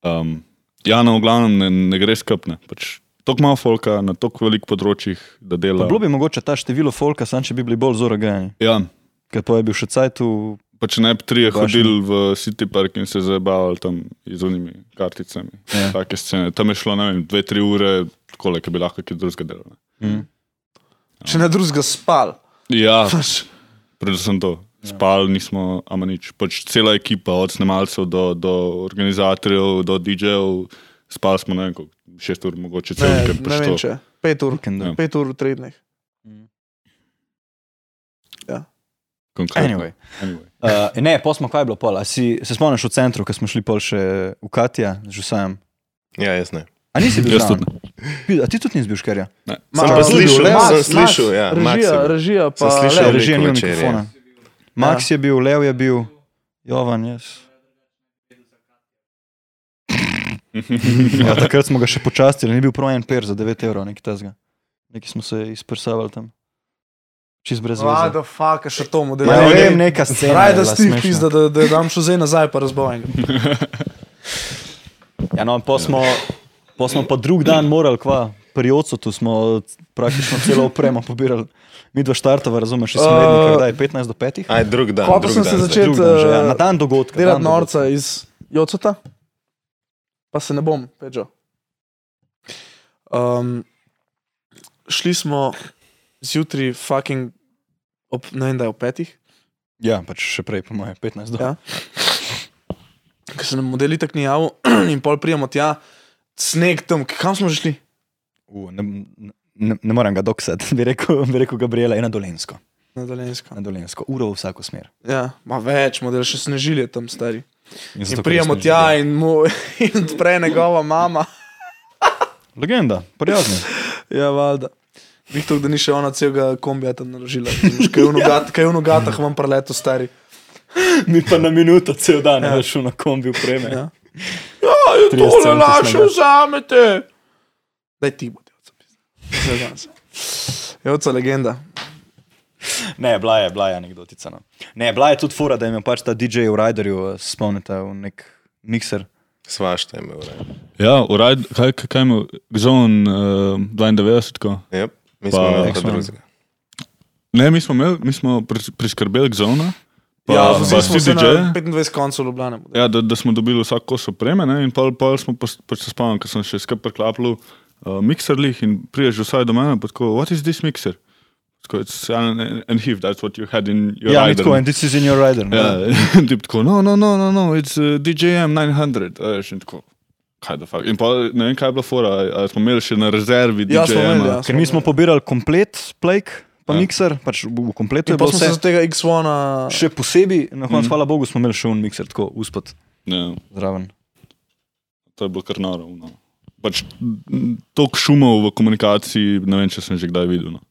S2: um, ja, no, v glavnem ne, ne gre skupne. Pač, tako malo folka na tako velikih področjih, da
S3: Pa
S2: dela.
S3: bilo bi mogoče ta število folka, sam če bi bili bolj zoragani.
S2: Ja,
S3: Ker pa je bil še cajt v
S2: Pa če ne bi
S3: Baš
S2: trije
S3: ne.
S2: hodili v City Park in se zabavali tam z unimi karticami.
S3: Ja.
S2: Yeah. Take scene. Tam je šlo, ne vem, dve, tri ure, koliko bi lahko kaj drugega delali.
S3: Mm.
S4: Če ne drugega spal.
S2: Ja, predvsem to. Spal nismo, ama nič. Pač cela ekipa, od snemalcev do, do organizatorjev, do DJ-jev, spal smo ne vem, koliko, šest ur, mogoče cel
S4: Ne,
S2: vikend.
S4: ne
S2: pač to.
S4: vem če. Pet ur,
S3: Vikend,
S2: Ja.
S4: pet ur v treh dneh.
S2: Konkretno.
S3: Anyway.
S2: Anyway.
S3: Uh, ne, pa smo kaj je bilo pol. A si se spomniš v centru, ko smo šli pol še v Katija, že sam.
S7: Ja, jaz ne.
S3: A nisi bil
S2: Jaz
S3: tam? Pi- A ti tudi nisi bil škerja?
S7: Sem pa
S4: Max,
S7: slišal, sem
S4: Max,
S7: slišal, ja, Max je
S4: Režija,
S7: bil.
S4: režija
S7: Sem
S4: pa
S7: slišal,
S4: Lev.
S7: Lev.
S3: Režija ni
S7: večer, ja.
S3: mikrofona. Max je bil, Lev je bil, Jovan, jaz. Ja, takrat smo ga še počastili, ni bil prav en per za 9 evrov, nekaj tazga. Neki smo se izprsavali tam. Čez brez
S4: What
S3: veze.
S4: the fuck, še to mu
S3: Ja, ne
S4: delamo.
S3: vem, neka scena.
S4: Raje
S3: je
S4: da
S3: bila
S4: stiv
S3: smešna.
S4: pizda, da, da dam še zdaj nazaj, pa razbojem
S7: [LAUGHS]
S4: ga.
S3: Ja, no, pa smo, pa smo pa drug dan morali, kva, pri Ocotu smo eh, praktično celo opremo pobirali. Mi dva štartova, razumeš, iz Slovenije,
S4: Eh,
S3: kdaj je 15 do 5.
S7: Aj, drug dan.
S4: Ko pa
S7: drug
S4: sem
S7: dan
S4: se
S7: zdaj.
S4: začel-
S3: Drug dan že, ja, na dan dogodka.
S4: Delati
S3: dan dogodka.
S4: norca iz Jocota, pa se ne bom, pečo. Um, šli smo zjutraj, fucking, ob, ne vem, da je ob petih,
S3: Ja, pač še prej, po mojem, 15 do
S4: Ja. ker se nam modeli tako ni javil, [CLEARS THROAT] in pol prijemo tja, sneg tam, k- kam smo že šli?
S3: U, ne, ne, ne morem ga doksati, [LAUGHS] bi rekel, bi rekel Gabriela, je na dolensko.
S4: Na Dolensko.
S3: Na dolensko, uro v vsako smer.
S4: Ja, ma več, model še snežilje tam stari.
S3: zato,
S4: In
S3: ker
S4: prijemo
S3: nisem
S4: tja
S3: želel.
S4: in mu [LAUGHS] in odpre njegova mama. [LAUGHS]
S3: Legenda, prijazni.
S4: Ja, valjda. Viktor, da ni še ona celega kombija tam naložila. razumeš, [LAUGHS] Kaj je v nogat- kaj je v nogatah vam preleto stari.
S3: [LAUGHS] Mi pa na minuto cel dan, ja. šel na kombi upreme.
S4: Ja. Ja, je
S3: 30 tole centov lahko snega.
S4: vzamete. Daj ti bo, Jevca. pizda. Ne znam [LAUGHS] se. Jevca legenda.
S3: Ne, bila je, bila je anekdotica. No. Ne, bila je tudi fura, da je imel pač ta DJ v Riderju, eh, se spomnite, v nek mikser.
S7: Svašta je imel. ne.
S2: Ja, uraj, kaj, kaj, kaj ima Zon uh, 92? Ko?
S7: Jep,
S2: Pa-
S7: mi smo imeli pa
S2: X-Men.
S7: drugega.
S2: Ne, mi smo, imeli, mi smo pri, priskrbeli k Zonu. Pa,
S4: Ja,
S2: pa
S4: vsi smo
S2: vsi
S4: se na
S2: DJ-je.
S4: 25 koncev Ljubljana. model.
S2: Ja, da, da smo dobili vsak kos opreme, ne, in pol, pol smo pa, pač se spomnili, ker sem še skupaj priklapljal uh, mikserlih in priješ vsaj do mene, pa tako, what is this mixer? Tako, it's an, an, an heave, that's what you had in your
S3: Ja, ni
S2: rider.
S3: tako, and this is in your rider. ne.
S2: Ja, [LAUGHS] in tip tako, no, no, no, no, no it's uh, DJM 900, a veš, in tako. Kaj da fakt. In pa ne vem, kaj je bila fora, a, a smo imeli še na rezervi
S4: Ja, smo imeli,
S2: DJM-a.
S4: ja.
S3: Ker mi smo pobirali komplet, plajk, pa
S2: Ja.
S3: ja. mikser, pač v v kompletu
S4: In
S3: je
S4: pa
S3: bilo
S4: smo se
S3: vse.
S4: za tega X1-a.
S3: Še posebej, na koncu, mm. hvala Bogu, smo imeli še un mikser, tako uspod
S2: Ja,
S3: zraven.
S2: to je bilo kar noro. No. Pač m, toliko šumov v komunikaciji, ne vem, če sem že kdaj videl. No.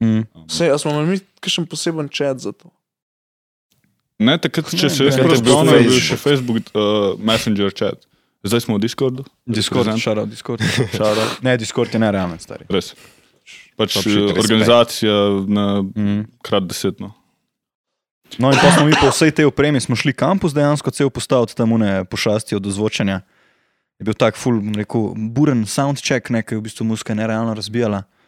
S3: Mm.
S4: Vse, a smo imeli mi kakšen poseben čat za to.
S2: Ne, takrat, če
S3: Ne,
S2: se jaz
S3: takrat
S2: prav
S7: je bil
S2: spomnim, je bil
S7: Facebook.
S2: še Facebook uh, Messenger chat. Zdaj smo v Discordu.
S3: Discord,
S2: Reprezent-
S3: šaro, Discord. šaro. Ne, Discord je nerealen, stari.
S2: Res. Pač
S3: Top shit,
S2: eh,
S3: respekt.
S2: organizacija na
S3: Mm.
S2: krat desetno.
S3: No, in pa smo mi po vsej tej opremi smo šli kampus, dejansko cel postal od tam une pošasti od ozvočenja. Je bil tak full, bom rekel, buren soundcheck, nekaj v bistvu muska je nerealno razbijala. [LAUGHS]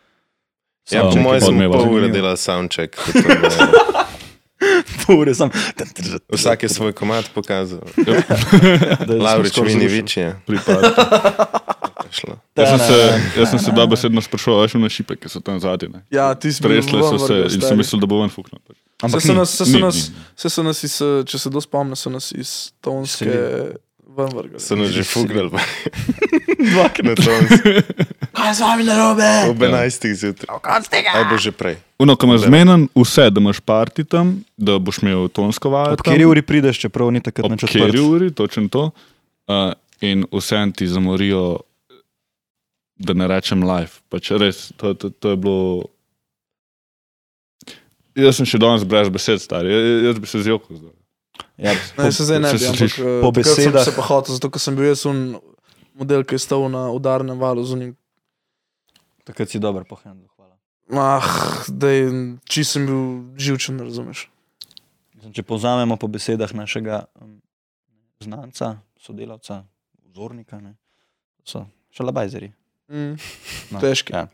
S7: Ja, po
S2: Soundcheck
S7: mojem
S2: je
S7: sem
S2: odmeval.
S7: pol ure
S3: Zanimivo.
S7: delal soundcheck. potem
S4: [LAUGHS]
S7: je
S3: Pure, sam.
S7: Vsak je svoj komad pokazal.
S3: [LAUGHS] Da smo
S7: Lavrič
S3: skoro zrušili.
S7: Minivič je
S2: Pripada.
S3: [LAUGHS]
S7: šlo.
S2: Jaz sem se, jaz sem se dobesedno sprašoval, veš, na šipe, ki so tam zadnje.
S4: Ja, ti smo
S2: Stresle so se in sem mislil, da bo ven fuknil. Pač.
S4: Se
S3: Ampak
S4: so
S3: ni.
S4: nas, se so
S2: ni,
S4: nas,
S2: ni.
S4: se so nas iz, eh, če se do spomnim, so nas iz Tonske
S3: Selili.
S4: ven vrgli.
S7: So nas že fugrali.
S3: Dvakrat.
S7: [LAUGHS] Na tom
S4: Kaj je z vami narobe?
S7: ob
S3: Ja.
S7: 11. zjutraj. Aj bo že prej.
S2: Uno, ko imaš zmenen vse, da imaš parti tam, da boš imel tonsko vajo.
S3: Ob kateri uri prideš, čeprav ni takrat na
S2: Kjer
S3: četrti?
S2: uri, točno to. Uh, in vse ti zamorijo, da ne rečem live. Pač res, to, to, to je bilo. Jaz sem še danes brez besed, star. Jaz, jaz bi se zjokal. zdaj.
S3: Ja,
S4: Ne, se zdaj ne
S2: se
S4: bi, ampak
S2: sliš-
S4: eh,
S3: po
S4: takrat sem
S3: besedah-
S4: Se pa hotel, zato ker sem bil jaz un model, ki je stal na udarnem valu z unim.
S3: takrat si dober po handlu, hvala.
S4: Ah, da je, če sem bil živčen, ne razumeš.
S3: Mislim, če povzamemo po besedah našega um, znanca, sodelavca, vzornika, ne, so šalabajzeri.
S4: Mm.
S3: No,
S4: Težki.
S3: Ja.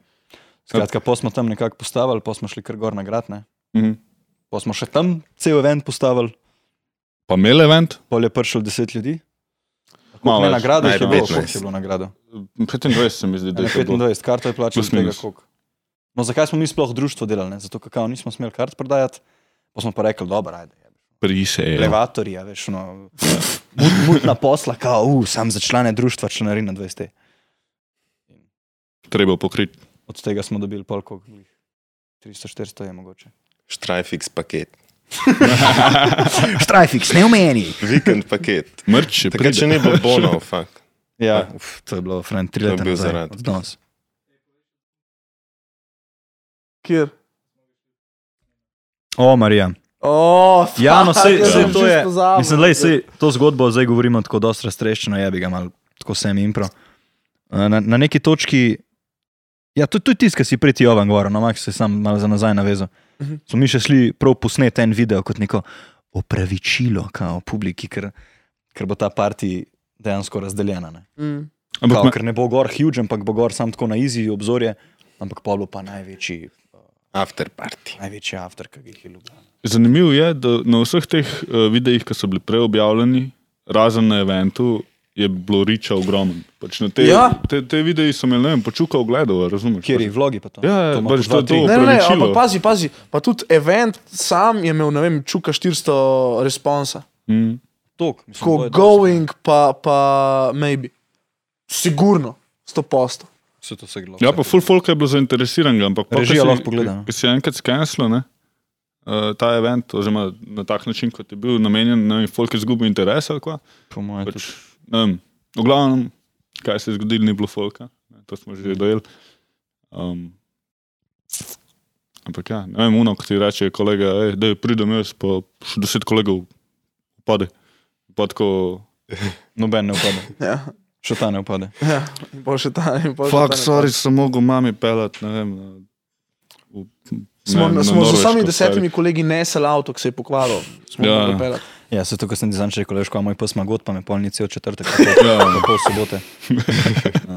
S3: Skratka, pa smo tam nekako postavili, pa smo šli kar gor na grad, ne.
S2: Mhm.
S3: pa smo še tam cel event postavili,
S2: Pa imel event,
S3: Pol je prišlo 10 ljudi.
S2: Malo
S3: Malo je
S2: več,
S3: nagrado, jih je
S7: naj
S3: bilo
S7: 15.
S3: 15. Je bilo nagrado.
S2: 25 se mi zdi, da
S3: Ne,
S2: je še bilo.
S3: 25, karta je plačala
S2: Plus
S3: z tega
S2: minus.
S3: koliko. No, zakaj smo mi sploh društvo delali? Ne? Zato, ker kao nismo smeli kart prodajati, pa smo pa rekli, dobro, ajde.
S2: Prisejo.
S3: Elevatorji, a veš, no, mut, mutna posla, kao, uh, sam za člane društva članarina E." 20.
S2: Treba pokriti.
S3: Od tega smo dobili pol koliko, glih. 300-400 je mogoče.
S7: Štrajfix paket,
S3: Štrajfik, ne omeni.
S7: vikend paket.
S2: Mrč, če
S7: Takrat še
S2: pride.
S7: ni bilo
S2: [LAUGHS]
S7: bonov, fakt.
S3: Ja, uf, to je bilo, Fran, tri
S7: To je
S3: leta
S7: bil
S3: nazaj.
S7: zaradi.
S3: od danes.
S4: Kjer?
S6: O, Marija.
S4: Oh,
S6: Ja,
S4: [LAUGHS]
S6: no, sej,
S2: jaz
S6: sej
S2: sem
S6: to je. Mislim, da je to zgodbo, zdaj govorimo tako dosti raztreščeno, je bi ga malo, tako sem impro. Eh, Na, na neki točki, ja, to je tudi tiskal si priti Jovan gor, no, Max se je sam malo za nazaj navezal.
S4: Mhm.
S6: Smo mi še šli prav posnet en video kot neko opravičilo, kao publiki, ker,
S3: Ker bo ta partij dejansko razdeljena. Ne?
S4: Mm.
S2: Ampak
S3: Kao,
S2: me-
S3: ker ne bo gor huge, ampak bo gor sam tako na izi obzorje, ampak pa bo pa največji,
S7: After party.
S3: največji avtor, ki jih je ljubil.
S2: Zanimivo je, da na vseh teh eh, videih, ki so bili prej objavljeni, razen na eventu, je bilo riča ogromen. Pač na te,
S4: Ja.
S2: te, te videi so imeli, ne vem, počuka ogledov, razumeš?
S3: Kjer je vlogi pa to?
S2: Ja, ja,
S3: to ima po
S2: pač
S3: dva,
S2: to-
S3: tri.
S2: to-
S4: Ne, ne, ne,
S2: Opravičilo.
S4: ampak pazi, pazi. Pa tudi event sam je imel, ne vem, čuka 400 responsa.
S2: Mm.
S3: Tok, mislim, to
S4: Ko
S3: je dosti.
S4: going, pa, pa maybe. Sigurno, 100 posto.
S3: Se to se gleda.
S2: Ja, pa full folk je bilo zainteresiran, ampak pol, ko
S3: Režija
S2: si-
S3: lahko pogleda, no.
S2: Ko si enkrat skenslo, ne? Uh, ta event, oziroma na tak način, kot je bil namenjen, ne vem, folk je izgubil interes ali kva.
S3: po mojem.
S2: Pač, ne vem, v glavnem, kaj se je zgodilo, ni bilo folka, ne, to smo že dojeli. Um, ampak ja, ne vem, uno, ki ti reče, kolega, da pridem jaz, pa še deset kolegov upade. Pa tako,
S3: Noben ne upade.
S4: Ja,
S3: Še ta ne upade.
S4: ja. in pol še ta. in pol še ta
S2: fuck,
S4: ne- pač.
S2: sorry, sem mogel mami pelati, ne vem. na- V,
S4: Smo, ne,
S2: ne, na
S4: smo z
S2: Norveško,
S4: vsemi
S2: stari.
S4: desetimi kolegi nesel avto, ki se je pokvaril. Smo ga
S2: Ja, ja.
S4: dopeljali.
S3: Ja, se to, kar sem ti zanj rekel, veš, ko moj pes ima god, pa me polnici od četrtek, [LAUGHS] pa pol [LAUGHS] sobote. Ja.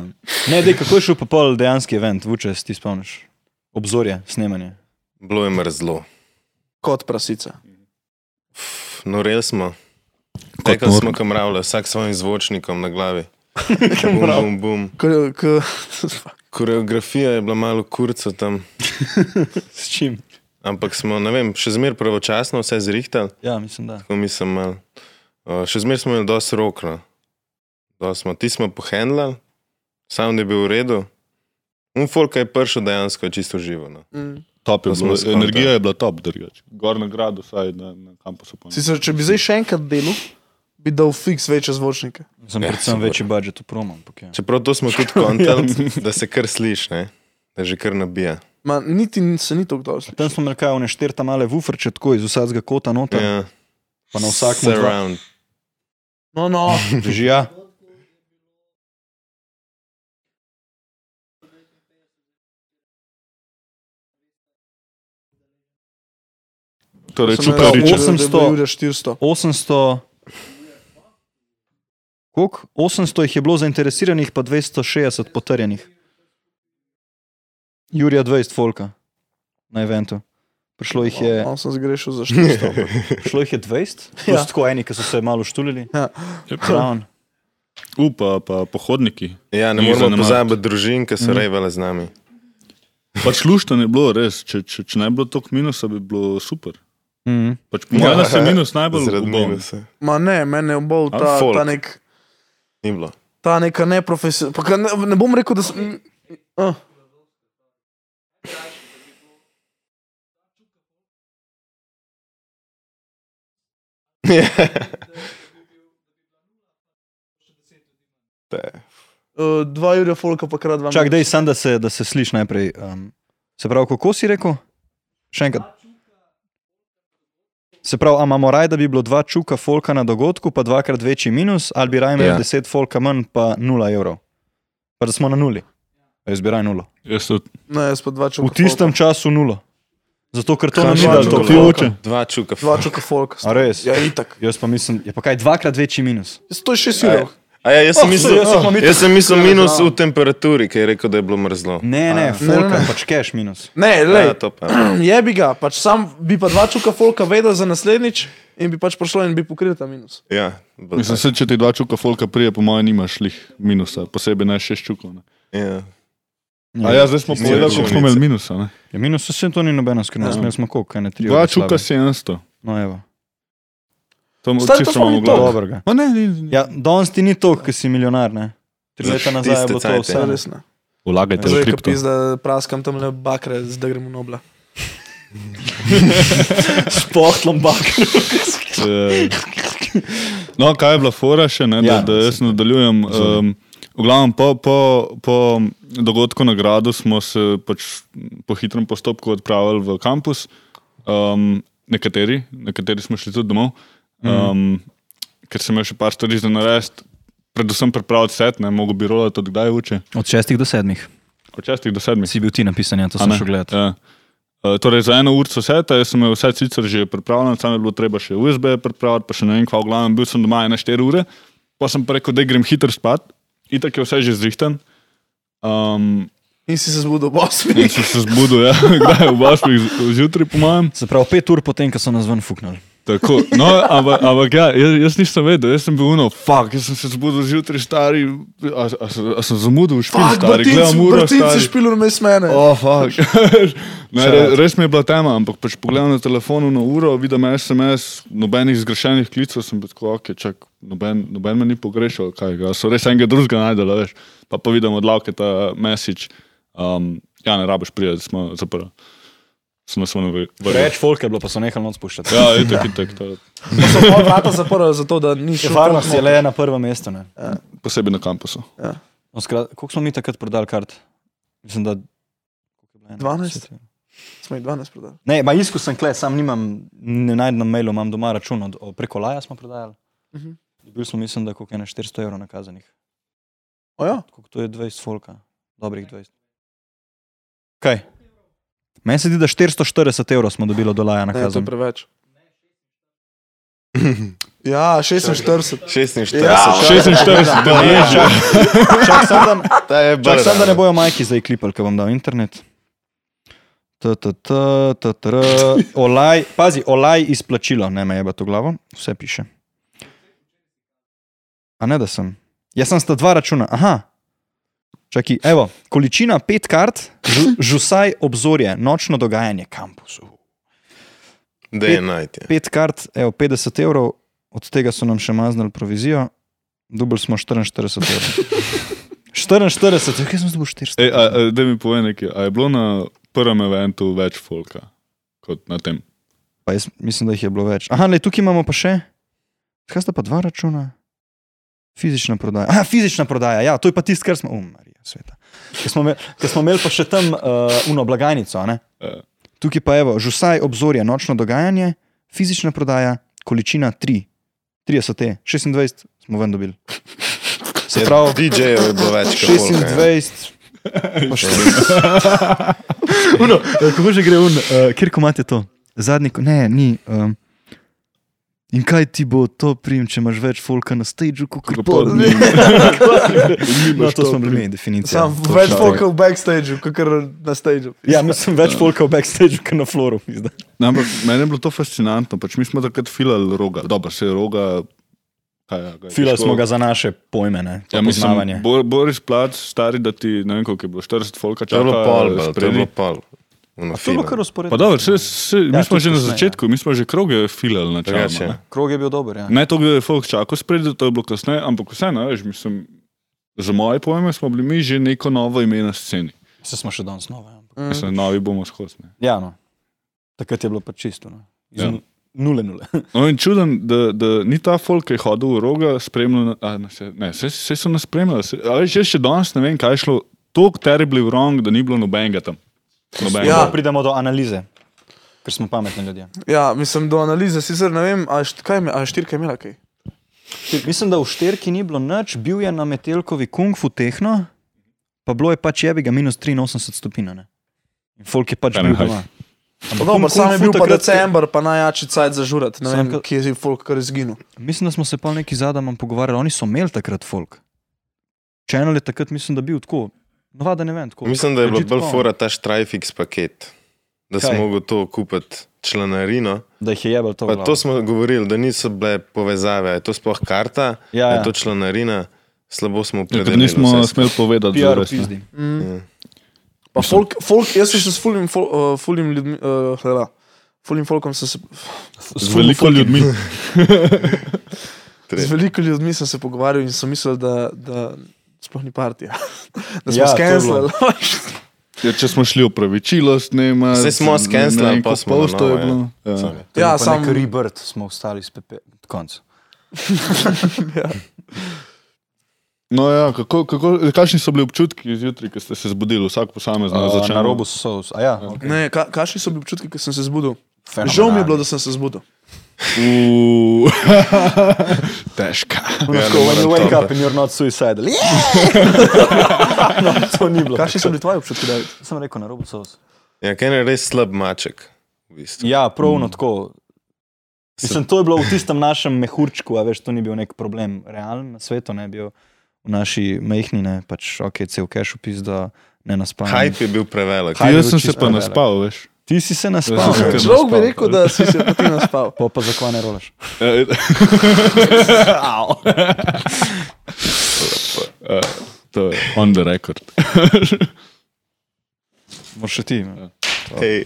S3: Ne, dej, kako je šel pa pol dejanski event, vuče, si ti spomniš. Obzorje, snemanje.
S7: Bilo je mrzlo.
S4: Kot prasica.
S7: Pf, Norel no, smo. Tekli smo kamravle, vsak s svojim zvočnikom na glavi. bum, bum, bum.
S4: K, [LAUGHS] k,
S7: Koreografija je bila malo kurca tam,
S3: S čim?
S7: ampak smo, ne vem, še zmer pravočasno vse zrihtali.
S3: Ja, mislim, da.
S7: Tako mislim, malo. Uh, še zmeraj smo imeli dosti rokno. Smo, ti smo pohendlali, sam je bil v redu. Unfolk je prišel dejansko čisto živo. No.
S4: mm.
S2: Top je
S7: To smo
S2: bilo,
S7: skontali.
S2: energija je bila top, drugače. Gor na gradu, saj na, na kampusu. pa ne.
S4: Sicer, če bi zdaj še enkrat delal, bi dal fiks večje zvočnike.
S3: Sem
S7: Ja,
S3: predvsem
S7: sigurno.
S3: večji budžet v promo. ampak Ja.
S7: Čeprav to
S3: [LAUGHS]
S7: smo tudi kontali, da se kar sliši, ne? da že kar nabija.
S4: Ma, niti n- se ni tako dobro
S3: Tam
S4: slišal.
S3: smo imeli kaj, one štirta male vufrče, tako iz vsakega kota noter, ja.
S7: Ja,
S3: pa na vsakem dva-
S7: surround.
S4: No, no,
S3: [LAUGHS] Že ja.
S2: Torej,
S4: Sem
S2: čuka
S4: imel
S3: riča.
S2: riča.
S4: osem, da je bilo
S3: 800.
S4: Jurja 400.
S3: 800. Koliko? 800 jih je bilo zainteresiranih, pa 260 potrjenih. Jurija 20 folka na eventu. Prišlo jih je,
S4: On sem zgrešil za 400.
S3: [LAUGHS] prišlo jih je 20,
S4: Ja.
S3: ja. tako eni, ki so se malo štulili.
S4: Ja.
S3: Zraven.
S2: Upa, pa pohodniki.
S7: Ja, ne
S2: Ni
S7: moramo
S2: zanemariti.
S7: pozabiti družin, ki
S3: Mhm.
S7: so mm. rejvale z nami.
S2: Pač lušta ne bilo res, če, če, če ne bi bilo toliko minusa, bi bilo super.
S3: Mhm.
S2: Pač po mojem, da [LAUGHS] se minus najbolj
S7: Zaradi
S2: ubom.
S7: minusa.
S4: Ma ne, mene je bolj
S7: A,
S4: ta,
S7: folk.
S4: ta nek.
S7: Ni bilo.
S4: Ta neka neprofesionalna. Ne, ne bom rekel, da sem. Uh. Uh, dva Jurija Folka pa krat vam.
S3: Čak, dej, sam da se, da se sliši najprej. Um, se pravi, kako si rekel? Še enkrat. Se pravi, a imamo raj, da bi bilo dva čuka folka na dogodku, pa dvakrat večji minus, ali bi raj imeli
S7: Ja.
S3: ja. deset folka manj, pa nula evrov. Pa da smo na nuli. A Jaz bi raj nulo.
S2: Jaz to
S4: Ne, jaz pa dva čuka.
S3: V tistem času nulo. Zato, ker to
S4: Kaj
S3: nam ni
S4: dva
S3: dalo
S4: čuka
S3: to
S4: folka?
S3: ključe.
S7: Dva čuka.
S4: Folka. Dva čuka Folka.
S3: A res?
S4: Ja, itak. E,
S3: Jaz pa mislim, je pa kaj dvakrat večji minus.
S4: Jaz To je šest Jurijev.
S7: A ja, jaz sem mislil,
S3: Oh, jaz sem pa mislil- Ja,
S7: jaz sem mislil minus v temperaturi, ker je rekel, da je bilo mrzlo.
S3: Ne, ne,
S4: ne,
S3: folka,
S4: ne.
S3: pač keš minus.
S4: Ne,
S7: Ja,
S4: lej, [CLEARS THROAT]
S7: to pa.
S4: je bi ga, pač sam bi pa dva čuka folka vedel za naslednjič in bi pač prišlo in bi pokril ta minus.
S7: Ja, bo
S2: Mislim,
S7: tako.
S2: se, če ti dva čuka folka prije, po mojem, nimaš lih minusa, posebej ne šest čukov. Ne.
S7: ja.
S2: A ja, zdaj smo
S7: Mislim,
S2: povedali,
S7: da
S2: koliko
S7: čukovnice.
S2: smo imeli minusa. Ne?
S3: Ja, minus vse to ni nobena skrivnost, imeli smo koliko, kaj ne tri.
S2: Ja. Dva
S3: ure slabe.
S2: čuka 700.
S3: No, evo.
S2: To
S4: Stari, to
S2: čisto
S4: smo
S2: imamo
S4: mi
S2: v glavi.
S4: to.
S3: Dobrega.
S2: Ma ne, ni, ni.
S3: Ja, danes ti ni to, ker si milijonar, ne? Tri
S7: Za
S3: leta nazaj je
S7: tiste
S3: bilo to
S4: To
S7: cajte.
S4: je
S3: vse.
S4: res ne.
S3: Ja,
S2: Vlagajte
S4: Zdaj, ki pis, da praskam tam le bakre, zdaj gremo v nobla.
S3: Spohtlom bak.
S2: Eh, [LAUGHS] No, kaj je bila fora še, ne,
S3: Ja,
S2: da, ja, da jaz nadaljujem. Um, v glavnem, po, po, po dogodku na gradu smo se pač po hitrem postopku odpravili v kampus, um, nekateri, nekateri smo šli tudi domov, um, ker sem imel še par stvari za narediti, predvsem pripraviti set, ne mogo bi rolati od kdaj uče,
S3: Od šestih do sedmih.
S2: od šestih do sedmih.
S3: Si bil ti napisan, ja, to
S2: A
S3: sem
S2: ne?
S3: šel gledati.
S2: Ja. Eh, Torej, za eno uro vse, jaz sem imel vse sicer že pripravljeno, samo je bilo treba še USB pripraviti, pa še ne vem, kva v glavnem, bil sem doma 1-4 ure, pa sem pa rekel, da grem hitro spat, itak je vse že zrihten. Um,
S4: In si se zbudil ob
S2: in
S4: 8.
S2: sem se zbudil, ja, [LAUGHS] kdaj v 8 zjutraj, po mojem.
S3: Se pravi, pet ur potem, ko so nas ven fuknili.
S2: Tako, no, ampak, ampak ja, jaz, jaz nisem vedel, jaz sem bil uno, fuck, jaz sem se zbudil zjutraj, stari, a, a, sem- a sem zamudil, špil, stari, gledam uro,
S4: Brtin si
S2: stari.
S4: špilil vmes mene.
S2: Oh, fuck. ne, re, res mi je bila tema, ampak pač pogledam na telefonu na uro, vidim SMS, nobenih zgrešenih klicev, sem bil tako, ok, čak, noben, noben me ni pogrešal, kaj ga so res enega drugega najdela, veš. Pa pa vidim odlavke ta message, um, ja, ne rabiš prijeti, smo zaprli. Smo se vrnili.
S3: Več folk je bilo, pa so nehali noč spuščati.
S2: Ja, itak, itak, to je
S4: Pa so pol vrata zaprli, zato da ni šlo.
S3: Varnost je le na prvem mestu. ne.
S2: posebej na kampusu.
S3: No, skrat, koliko smo mi takrat prodali kart? Mislim, da. koliko je bilo?
S4: 12? no. Smo jih 12 prodali.
S3: Ne, ma iskal sem kle, sam nimam, ne najdem mailu, imam doma račun, od, o, preko laja smo prodajali.
S4: Mhm.
S3: Dobili smo, mislim, da koliko je na 400 evrov nakazanih.
S4: Ojo,
S3: Koliko to je 20 folka, dobrih 20. Kaj? Meni se zdi, da 440 evrov smo dobili od laja
S4: ne, to je
S3: nakazano.
S4: [LAUGHS] preveč. Ja, 46.
S7: 46.
S4: Ja,
S2: 46, da ne že.
S3: [LAUGHS] Čak, sam
S4: [LAUGHS]
S3: da,
S7: ta je brda.
S3: čak sam, da ne bojo majki zdaj klipali, ker bom dal internet. TTT, TTR, olaj, pazi, olaj izplačilo, ne me jeba to glavo, vse piše. A ne, da sem. Jaz sem sta dva računa, aha. Čaki, evo, količina pet kart, žu- žusaj obzorje, nočno dogajanje kampusu.
S7: Da je najti.
S3: Pet kart, evo, 50 evrov, od tega so nam še maznali provizijo, dubl smo 44 evrov. 44, ja, kaj sem zdobil 400?
S2: Ej, a, a, da mi povej nekaj, a je bilo na prvem eventu več folka kot na tem?
S3: Pa jaz mislim, da jih je bilo več. Aha, le tukaj imamo pa še. Kaj sta pa dva računa? Fizična prodaja. Aha, fizična prodaja, ja, to je pa tisto, kar smo. Um, Marija, sveta. Ker smo, imeli, ker smo imeli pa še tam uh, uno blagajnico, a ne?
S2: Ja.
S3: Tukaj pa evo, žusaj obzorje, nočno dogajanje, fizična prodaja, količina 3, 30, E, 26 smo ven dobili. Se pravi,
S7: DJ-jev je bilo več kot folka,
S3: 26.
S7: ja.
S3: Pa še- Uno, eh, kako že gre un, uh, kjer komat je to? Zadnji, ko- ne, ni. Um, in kaj ti bo to prim, če imaš več folka na stageu, kot kar
S2: Kako pa
S3: pod
S2: [LAUGHS] ni?
S3: njim? No,
S2: nimaš
S3: to smo
S2: to
S3: bili mi, definicija.
S4: Sam
S3: Točno
S4: več
S3: Ja, to.
S4: folka v backstageu, kakor na stageu.
S3: Ja, mislim, več folka v backstageu, kot na floru. mislim, da.
S2: Ne, ampak meni je bilo to fascinantno, pač mi smo takrat filali roga, dobro se je roga. Kaj, ja, ga je
S3: Filali
S2: težko-
S3: smo ga za naše pojme, ne?
S2: Ja,
S3: Ja,
S2: mislim,
S3: poznavanje.
S2: Bo- Boris Plač, stari, da ti ne vem, koliko je bilo, 40 folka
S7: To je
S2: časa.
S7: bilo pol, bro, to je bilo pol.
S3: Ja,
S7: Ono,
S3: To je bilo
S7: fino.
S3: kar usporedno.
S2: Pa dobro, se, se, ja, mi
S3: Ja,
S2: smo
S3: tudi
S2: že na
S3: kasneje.
S2: začetku, mi smo že kroge filali na
S7: Drugače.
S2: čelu.
S3: Krog je bil dober, ja.
S2: Ne to, kdo je folk čakal spredi, to je bilo kasneje, ampak vseeno, veš, mislim, za moje pojme smo bili mi že neko novo ime na sceni.
S3: Se smo še danes nove. ampak-
S4: Mm.
S7: Mhm.
S2: Mislim, novi bomo skozi. ne.
S3: Ja, no. Takrat je bilo pa čisto. No. Iz
S2: Ja.
S3: nu- Nule, nule.
S2: No, in čuden, da, da ni ta folk, ki je hodil v roga, spremljal. na- a, ne, se- Ne, vse, vse so nas spremljali. Se, ali že še danes ne vem, kaj je šlo. Tok terribly wrong, da ni bilo nobenega tam.
S4: Ja.
S3: Ja.
S2: Nobenega.
S3: Pridemo do analize, ker smo pametni ljudje.
S4: Ja, mislim, do analize sicer ne vem, a, št, kaj, je ime- a je štirka imela kaj.
S3: Mislim, da v šterki ni bilo nič, bil je na metelkovi kung fu tehno, pa bilo je pač jebiga minus 83 stopinj. a ne. In folk je pač bil
S2: Fahrenheit.
S3: doma.
S4: Pa Dobro,
S6: Kung
S4: sam je
S6: Fu
S4: bil pa
S6: takrat-
S4: december, pa najjači cajt za žurat. Ne
S3: Sam
S4: vem,
S3: ka-
S4: kje je folk kar izginil.
S3: Mislim, da smo se pa neki z Adamom pogovarjali, oni so imeli takrat folk. Channel je takrat, mislim, da bil tako. Navada ne vem, tako.
S7: Mislim, da je bila
S3: legit
S7: bolj
S3: poln.
S7: fora ta Štrajfix paket, da
S3: Kaj?
S7: sem mogel to kupiti članarino.
S3: Da jih je jebal to. v
S7: Pa
S3: glavo.
S7: to smo govorili, da niso bile povezave, a je to sploh karta,
S3: Ja,
S7: a
S3: ja.
S7: je to članarina, slabo
S2: Ja,
S7: smo
S2: ker
S7: opredelili.
S2: nismo
S7: vse skupaj.
S2: smeli povedati, da
S3: PR
S2: je
S3: pizdi.
S4: Pa folk, folk, jaz sem se s fulim, fol, uh, fulim ljudmi, uh, hela, fulim folkom sem se,
S2: Z veliko ljudmi.
S4: z veliko ljudmi sem se pogovarjal in sem mislil, da, da sploh ni partija. [LAUGHS] Da smo
S3: Ja,
S4: [LAUGHS] ja,
S3: to je bilo.
S4: skenslali.
S2: [LAUGHS] Ja, če smo šli upravičilo, snemali.
S7: Saj smo skenslali, pa smo no, na
S2: Posto je
S7: novo,
S2: bilo. Ja.
S4: ja,
S3: sam.
S4: sam,
S3: Nek rebirth smo ostali spet od konca.
S2: No, ja, kako, kako, kakšni so bili občutki zjutraj, ko ste se zbudili, vsak posamezno
S3: Uh,
S2: začel?
S3: na robu so. a Ja, okay.
S4: ne, ka, kakšni so bili občutki, ko sem se zbudil? Žal mi je bilo, da sem se zbudil.
S2: [LAUGHS] Težka.
S7: Ja,
S3: no,
S7: ne morem to,
S3: and you're not suicidal. Yeah! no, to ni bilo.
S4: Kakšni so bili tvoji občutki, David?
S3: Sem rekel na robu so.
S7: Ja, Ken je res slab maček. V bistvu.
S3: Ja, pravno mm. tako. Mislim, to je bilo v tistem našem mehurčku, a veš, to ni bil nek problem, realen na svetu, ne bil v naši mehni, ne pač, ok, cel cache opis, da ne naspam.
S2: Ja.
S7: Hype je bil prevelik.
S3: Hype je bil
S2: Jaz sem se
S3: čisto
S2: pa
S3: prevelik.
S2: naspal, veš.
S3: Ti si se naspal,
S2: Ja,
S4: [LAUGHS]
S3: ne?
S2: sem
S4: Človek bi
S2: spal.
S4: rekel, da si se potem
S3: [LAUGHS]
S4: naspal.
S3: pa pa zakaj ne rolaš.
S2: Eh, eh, To je on the record.
S3: Moraš še ti. ne.
S7: Hej,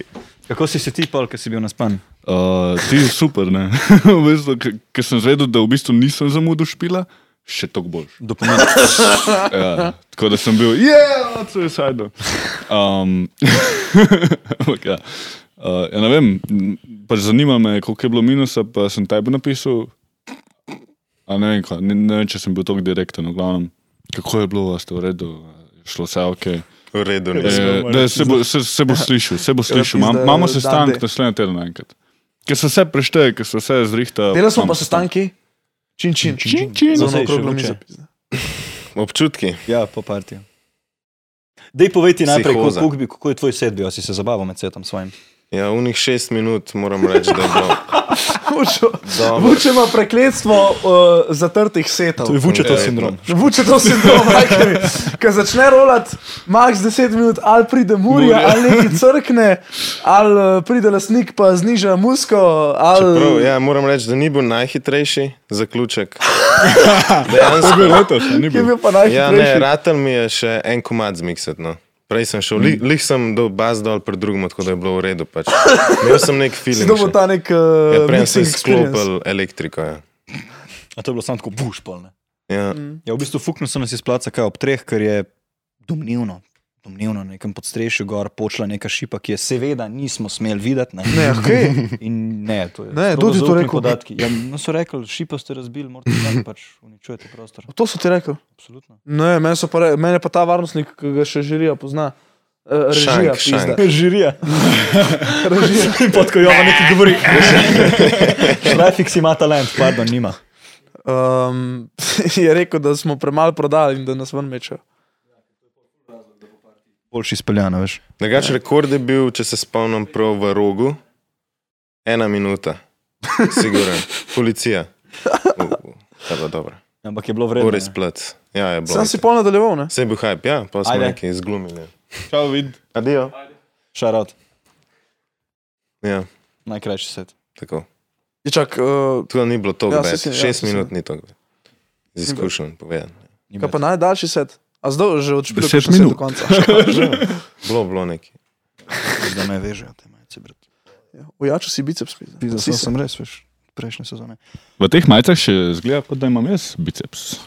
S3: Kako si se ti, Paul, ki si bil naspan?
S2: Uh, ti si super, ne? [LAUGHS] v bistvu, ker sem zvedel, da v bistvu nisem zamudil špila, še toliko boljš.
S3: Dopomen.
S2: [LAUGHS] Ja, tako da sem bil, je, od suicidal. Um, [LAUGHS] ampak ja. Uh, ja, ne vem, m, pač zanima me, koliko je bilo minusa, pa sem tebi napisal. A ne vem, kaj, ne, ne vem, če sem bil tako direkten, v glavnem. Kako je bilo, a ste v redu, a je šlo vse ok.
S7: v redu
S2: E,
S7: nismo.
S2: da, se, bo, se, se
S3: Ja.
S2: bo slišal, se bo slišal. Mam,
S4: pizda,
S2: imamo
S4: dan
S2: sestanek
S4: D.
S2: naslednji teden enkrat. Ker se vse prešteje, ker se vse zrihta.
S4: Delali smo
S2: imamo
S4: pa sestanki, čin čin,
S2: Čin, čin.
S4: za
S3: Zdaj še
S4: ono okroglo
S3: luče.
S4: mizo. [LAUGHS]
S7: Občutki.
S3: Ja, po partiju. Dej povej ti najprej, kako,
S7: Psihoza.
S3: kako, bi- kako je tvoj set bil, a si se zabaval med setom svojim.
S7: Ja, unih šest minut moram reči, da je
S2: [LAUGHS]
S7: bilo. Dobro.
S4: Vuče ima prekletstvo uh, zatrtih setov.
S3: vučeto
S7: Ja, sindrom.
S4: Vuče to
S7: [LAUGHS]
S4: sindrom, ki začne rolati, max 10 minut, ali pride murja, ali nekaj crkne, ali eh, pride lasnik pa zniža musko, ali
S7: Čeprav, ja, moram reči, da ni bil najhitrejši
S2: [LAUGHS]
S7: zaključek. Dejansko.
S2: Letos, ni
S4: ki je bil
S2: bil.
S4: pa
S7: Ja, ne,
S4: najhitrejši.
S7: ratelj mi je še en komad zmiksati. No. Prej sem šel, mm. lih sem do baz dol pred drugim, tako da je bilo v
S4: [LAUGHS]
S7: redu. Pač. Imel sem nek
S4: Si
S7: film.
S4: dobil ta nek uh,
S7: Ja, prej
S4: mixing
S7: sem
S4: experience.
S7: sklopil elektriko. Ja.
S3: A to je bilo samo tako buš, polne.
S7: Ja.
S4: Mm.
S3: Ja, v bistvu fuknil sem nas iz placa kaj ob treh, ker je domnevno, domnevno na nekem podstrešju gor počla neka šipa, ki je seveda nismo smeli videti. Ne,
S4: Ne, okej.
S3: In ne, to je.
S4: Ne,
S3: strogo
S4: Dudi je to
S3: zaupni
S4: rekel.
S3: Podatki. Ja, no so rekli, šipa ste razbili, morate tam pač uničujete prostor.
S4: To so ti rekel.
S3: Absolutno.
S4: Ne, meni, so pa, re- meni je pa ta varnostnik, ki ga še žirija pozna. eh, [LAUGHS] Režija,
S7: Šank, šank.
S4: pizda.
S3: Žirija.
S4: Režija.
S3: In potko jo nekaj govori. Šrajfik ima talent, pardon, nima.
S4: Um, [LAUGHS] je rekel, da smo premalo prodali in da nas ven mečejo.
S3: Boljši izpeljano, veš.
S7: Drugač,
S4: Ja.
S7: rekord je bil, če se spomnim prav, v rogu. Ena minuta.
S4: [LAUGHS]
S7: Siguren. Policija. Dobro, dobro.
S3: Ampak je bilo vredno.
S7: Boris Plac. Ja, je bilo.
S4: Sam si pol nadaljeval, ne?
S7: Vse je bil hype, ja, pa smo
S3: Ajde.
S7: neki izglumili.
S2: Čau, vid.
S7: Adijo.
S3: Šarot,
S7: Ja,
S3: najkrajši set.
S7: tako. Ja,
S4: Je čak, uh,
S7: Tu ni bilo toliko
S4: Ja, saj
S7: ja, več.
S4: si- ja,
S7: Šest
S4: saj si-
S7: minut ni toliko več. Z izkušenj povedano.
S3: Ni
S4: kaj
S3: bed.
S4: pa najdaljši set? A zdaj že od špila
S2: Deset
S4: kakšen set
S2: minut.
S4: do konca.
S3: [LAUGHS]
S7: Bilo, bilo neki.
S3: da me vežejo te majice, brat.
S4: Ujačal si biceps, pizda. Si se.
S3: sem res, veš, prejšnje sezone.
S2: V teh majicah še zgleda, kot da imam jaz biceps.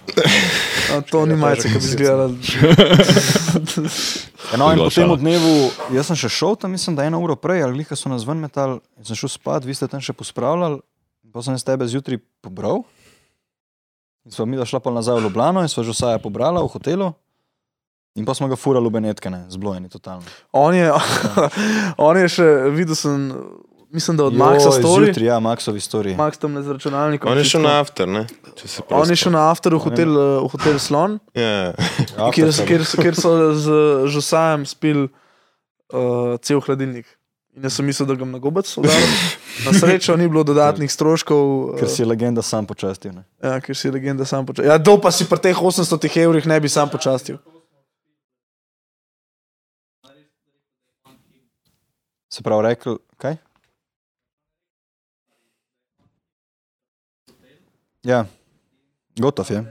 S3: Ja,
S4: A, to ni
S3: torej
S4: majica, ki bi izgledala.
S3: No, in
S2: Bila
S3: po tem
S2: šala.
S3: dnevu, jaz sem še šel tam, mislim, da eno uro prej, ali glika so nas ven metal, in sem šel spat, vi ste tam še pospravljali, in pa sem jaz tebe zjutraj pobral. In sva mi da šla pa nazaj v Ljubljano in sva že vsaja pobrala v hotelu. In pa smo ga furali v Benetke, ne, zblojeni totalno.
S4: On je, [LAUGHS] on je še, videl sem, mislim, da od Maxa Story.
S3: Zjutraj, ja, Maxovi story.
S4: Max tam le z računalnikom.
S7: On je šel
S4: šitko.
S7: na after, ne? Če se prav
S4: On je šel na after v hotel, eh, v hotel Slon,
S7: spomnim. Ja,
S3: After
S4: kjer,
S3: sem-
S4: kjer, kjer so z Žusajem spil uh, eh, cel hladilnik. In jaz sem mislil, da ga bom na gobec
S7: [LAUGHS]
S4: udaril. Na srečo ni bilo dodatnih stroškov.
S3: Ker si legenda sam počastil. Ne?
S4: eh, Ja, ker si legenda sam počastil. Ja, do pa si pri teh 800 evrih ne bi sam počastil.
S3: Se pravi, rekel, kaj? Ja, gotov je.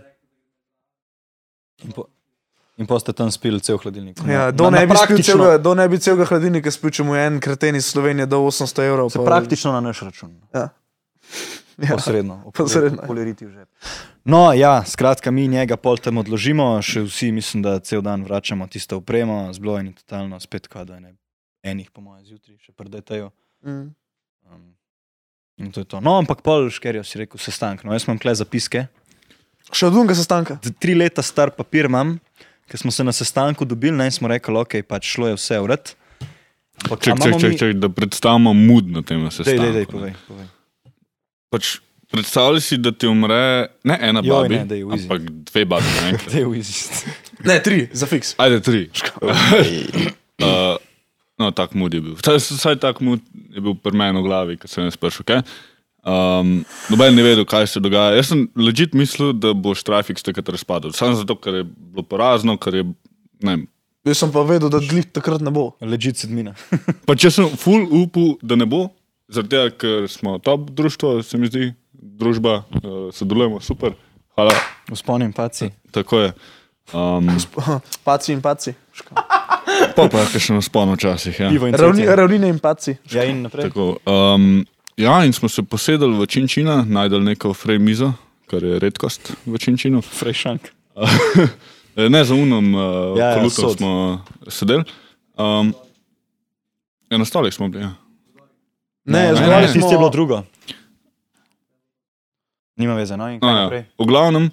S3: In po, in po ste tam spili cel hladilnik.
S4: Ja,
S3: Na-
S4: do,
S3: na- na
S4: ne bi spil
S3: praktično-
S4: celega, do ne bi celega hladilnika spil, če mu je en kreten iz Slovenije dal 800 evrov.
S3: Se praktično na naš račun.
S4: ja.
S3: Posredno,
S4: [LAUGHS] posredno.
S3: Poleriti v žep. No, ja, skratka, mi njega pol tam odložimo, še vsi mislim, da cel dan vračamo tisto opremo, zblo in totalno spet kada ne. Enih, po mojem, zjutraj še prdetejo.
S4: Mm.
S3: Um, in to je to. No, ampak pol škerijo si rekel sestanek. No, jaz imam kle zapiske.
S4: Še od unga sestanka.
S3: T- Tri leta star papir imam, ker smo se na sestanku dobili, ne in smo rekli, ok, pač šlo je vse v red. Ampak, a
S2: Ček, ček,
S3: imamo
S2: ček,
S3: mi-
S2: ček, da predstavimo mud na tem
S3: Dej,
S2: sestanku.
S3: dej, dej,
S2: ne.
S3: povej, povej.
S2: Pač predstavljaj si, da ti umre ne ena
S3: Joj,
S2: babi,
S3: ne, daj, v izi.
S2: ampak dve babi.
S3: [LAUGHS]
S2: naenkrat.
S3: Dej, uizi.
S4: Ne, tri, za fiks.
S2: Ajde, tri. [LAUGHS] uh, no, tak mud je bil. Vsaj, vsaj tak mud je bil pri meni v glavi, ko sem jaz prišel. Okay? Um, noben ne vedel, kaj se dogaja. Jaz sem ležit mislil, da boš trafik takrat razpadel. Samo zato, ker je bilo porazno, ker je. Ne, vem.
S4: Jaz sem pa vedel, da glih takrat ne bo.
S3: Ležite [LAUGHS] sedmina.
S2: pa če sem full upal, da ne bo, zaradi tega, ker smo top društvo, se mi zdi, družba, uh, sodelujemo super. Hvala,
S3: Usponim paci.
S2: tako je. Um,
S4: Paci in paci.
S2: pa pa je kakšen spon včasih. Ja.
S3: Pivo in
S4: Ravni,
S3: cvetje.
S4: ravnine in paci.
S3: Ja, in naprej.
S2: Tako, um, ja, in smo se posedali v Činčina, najdel neko frej mizo, kar je redkost v Činčinu.
S3: Frešank.
S2: [LAUGHS] ne za unom, uh,
S3: Ja, ja,
S2: ja, kolutom ja,
S3: sod.
S2: smo sedeli. Um, ja, na stolih smo bili. Ja.
S4: Ne,
S2: ne,
S4: zgolj
S2: ne.
S3: Tisto je bilo
S4: smo.
S3: drugo. Nima veze, no in kaj
S2: No, ja.
S3: naprej.
S2: V glavnem,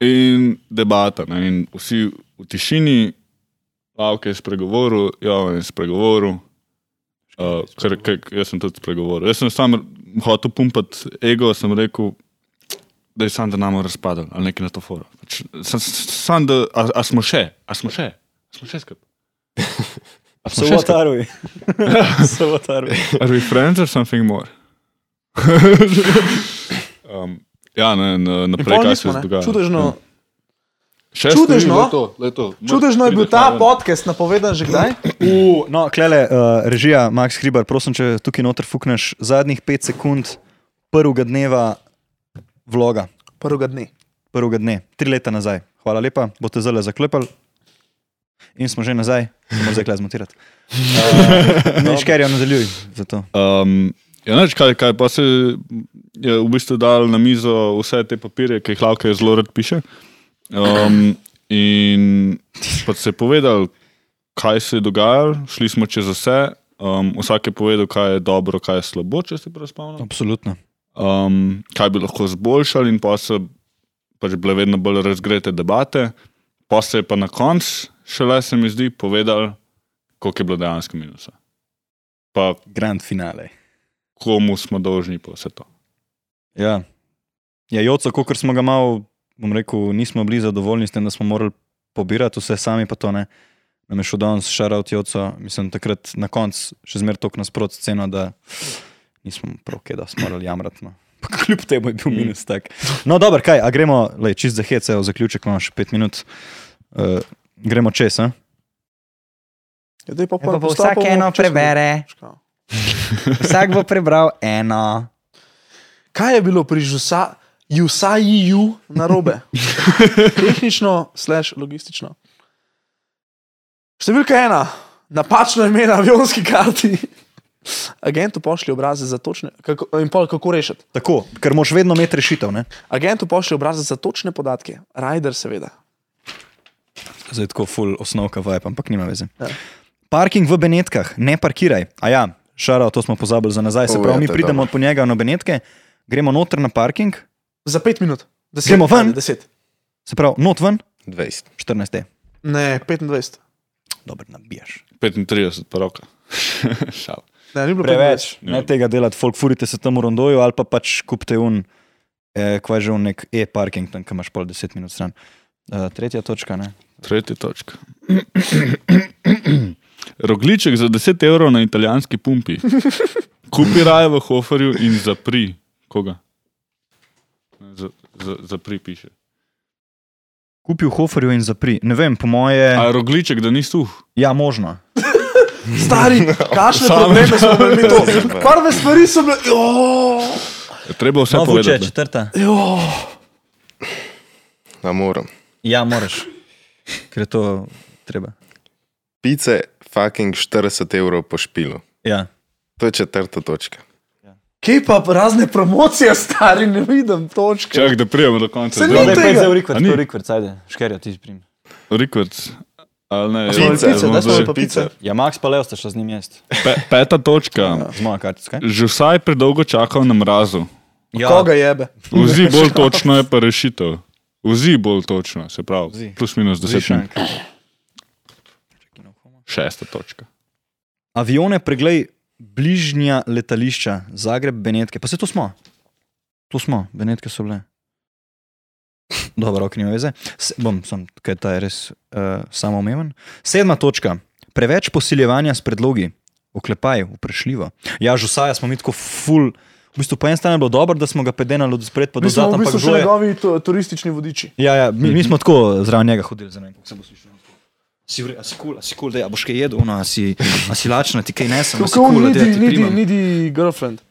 S2: in debata, ne, in vsi v tišini, Lavke je spregovoril, Jovan je spregovoril. Uh, ker, ker, jaz sem tudi spregovoril. Jaz sem sam hotel pumpati ego, sem rekel, da je sam, da nam je razpadel ali nekaj na to foro. Pač, sam, sam, da, a, a smo še, a smo še, a smo še skupaj. A smo še skupaj?
S3: Savotaruj. [LAUGHS] Savotaruj.
S2: [LAUGHS] Are we friends or something more? [LAUGHS] um, ja, ne, ne,
S4: In pol
S2: naprej, kaj
S4: nismo,
S2: se
S4: ne.
S2: dogaja.
S4: Čudežno,
S2: Še
S4: Čudežno.
S2: stoji, glej to, glej to. Mrk,
S4: čudežno je bil
S2: prideš
S4: ta
S2: na Ja. ven.
S4: podcast napovedan že kdaj.
S3: U, no, klele, uh, režija, Max Hribar, prosim, če tukaj noter fukneš zadnjih pet sekund prvega dneva vloga,
S4: Prvega dne.
S3: prvega dne, tri leta nazaj. Hvala lepa, boste zelo zaklepali. In smo že nazaj, moramo zdaj klej zmontirati. Uh, Nič, ker jo nadaljuj. Zato.
S2: Um, ja, neč, kaj, kaj pa se je v bistvu dal na mizo vse te papirje, ki jih Lavka zelo rad piše. Um, in pa se je povedal, kaj se je dogajalo, šli smo čez vse. Um, vsak je povedal, kaj je dobro, kaj je slabo, če se prav spomnim.
S3: Absolutno.
S2: Um, kaj bi lahko zboljšali, in pa so pač bile vedno bolj razgrete debate. Pa se je pa na koncu, šele se mi zdi, povedal, koliko je bilo dejansko minusa. Pa
S3: Grand finale.
S2: komu smo dolžni pa vse to.
S3: Ja, ja Joco, kot smo ga malo, bom rekel, nismo bili zadovoljni s tem, da smo morali pobirati vse sami, pa to ne. Nam je šel danes šarovt Joco, mislim, takrat na koncu še zmeraj tok nasprot sceno, da nismo prav kaj, da smo morali jamrati. No. Pa Kljub temu je bil minus tak. No, dobro, kaj, a gremo, lej, čist za hece, v zaključek imamo še pet minut. Uh, gremo čez, a?
S4: Ja, daj pa
S8: Ja,
S4: pol
S8: pa bo vsak
S4: postopamo
S8: eno
S4: čez-
S8: prebere, vsak bo prebral eno.
S4: Kaj je bilo pri Žusa- Jusajiju
S3: [LAUGHS]
S4: narobe? Tehnično, slash logistično. Številka ena, napačno ime na avionski karti. Agentu pošlji obraze za točne, kako, in pol kako rešiti.
S3: Tako, ker moš vedno imeti rešitev, ne?
S4: Agentu pošlji obrazec za točne podatke, Rajder seveda.
S3: Zdaj tako full osnovka vibe, ampak nima veze.
S4: Ja.
S3: Ja. Parking v Benetkah, ne parkiraj. A ja, šara, to smo pozabili za nazaj. Se
S7: O,
S3: pravi,
S7: ja,
S3: mi
S7: to je
S3: pridemo
S7: dobro.
S3: po njega na Benetke, gremo noter na parking,
S4: Za pet minut. Deset,
S3: Gremo ven?
S4: ali Deset.
S3: se pravi, not ven,
S7: 20.
S3: 14.
S4: Ne, 25.
S3: Dobro, nabijaš.
S2: 35 pa roka. [LAUGHS] Šal.
S4: Ne, ni bilo
S3: Preveč,
S2: Ja.
S3: ne tega delati, folk furite se tam v rondoju ali pa pač kupte un, eh, kva je že un nek e-parking, tam kjer imaš pol 10 minut Eh, stran. Uh, tretja točka, ne?
S2: Tretja točka. [CLEARS THROAT] Rogliček za 10 evrov na italijanski pumpi. Kupi raje v Hoferju in zapri. Koga? Za, za, zapri piše.
S3: Kupil Hoferju in zapri. Ne vem, po moje.
S2: A je rogliček, da nisi tu?
S3: Ja, možno.
S4: Stari, kakšne probleme smo imeli mi to. Prve stvari so bile, jo,
S2: Je Treba
S9: No,
S2: vse
S9: vuče,
S2: povedati.
S9: četrta.
S4: jo.
S7: A moram.
S9: Ja, moraš. Ker je to treba.
S7: Pice fucking 40 evrov po špilu.
S9: Ja.
S7: To je četrta točka.
S4: Kje pa razne promocije, stari, ne vidim točke.
S2: Čak, da prijemo do konca.
S4: Se ni
S2: Zdaj-
S4: tega.
S9: pa je zdaj
S2: A
S9: rekord,
S2: ni?
S9: to je rekord, sajde. Škerja, ti prim.
S2: Rikverc. Ali ne,
S7: smo
S2: jaz
S7: pice,
S2: bom
S7: da smo
S2: zdaj-
S7: pa pice.
S9: Ja, Max pa Leo sta šla z njim jesti.
S2: Pe, peta točka.
S9: Z mojo kartico. kaj?
S2: Že vsaj predolgo čakal na mrazu.
S9: Ja.
S4: Koga jebe?
S2: Vzi bolj točno je pa rešitev. Vzi bolj točno, se pravi.
S9: Vzi.
S2: Plus minus 10
S9: Še
S2: minut.
S9: enkrat. no,
S2: Šesta točka.
S3: Avione preglej bližnja letališča, Zagreb, Benetke. Pa se to smo. To smo, Benetke so bile. Dobro, ok, nima veze. Se, bom, sem, kaj ta je res uh, samoumeven. Sedma točka. Preveč posiljevanja s predlogi. Oklepaj, vprašljivo. Ja, žusaja smo mi tako ful. V bistvu po eni strani je bilo dobro, da smo ga pedenali od spred, pa do
S4: Mi smo
S3: zadaj,
S4: v
S3: ampak
S4: bistvu še
S3: žuje.
S4: njegovi tu- turistični vodiči.
S3: Ja, ja, mi, mi smo tako zraven njega hodili, za ne vem, kako sem poslušal. no, Si vre, a si kul, cool, a si kul, cool, da ja, boš kaj jedel, no, a si, a si lačna, ti kaj nesem, a si
S4: Kako
S3: kul, cool,
S4: cool,
S3: da ja, ti
S4: nidi, nidi,
S3: primam.
S4: nidi girlfriend.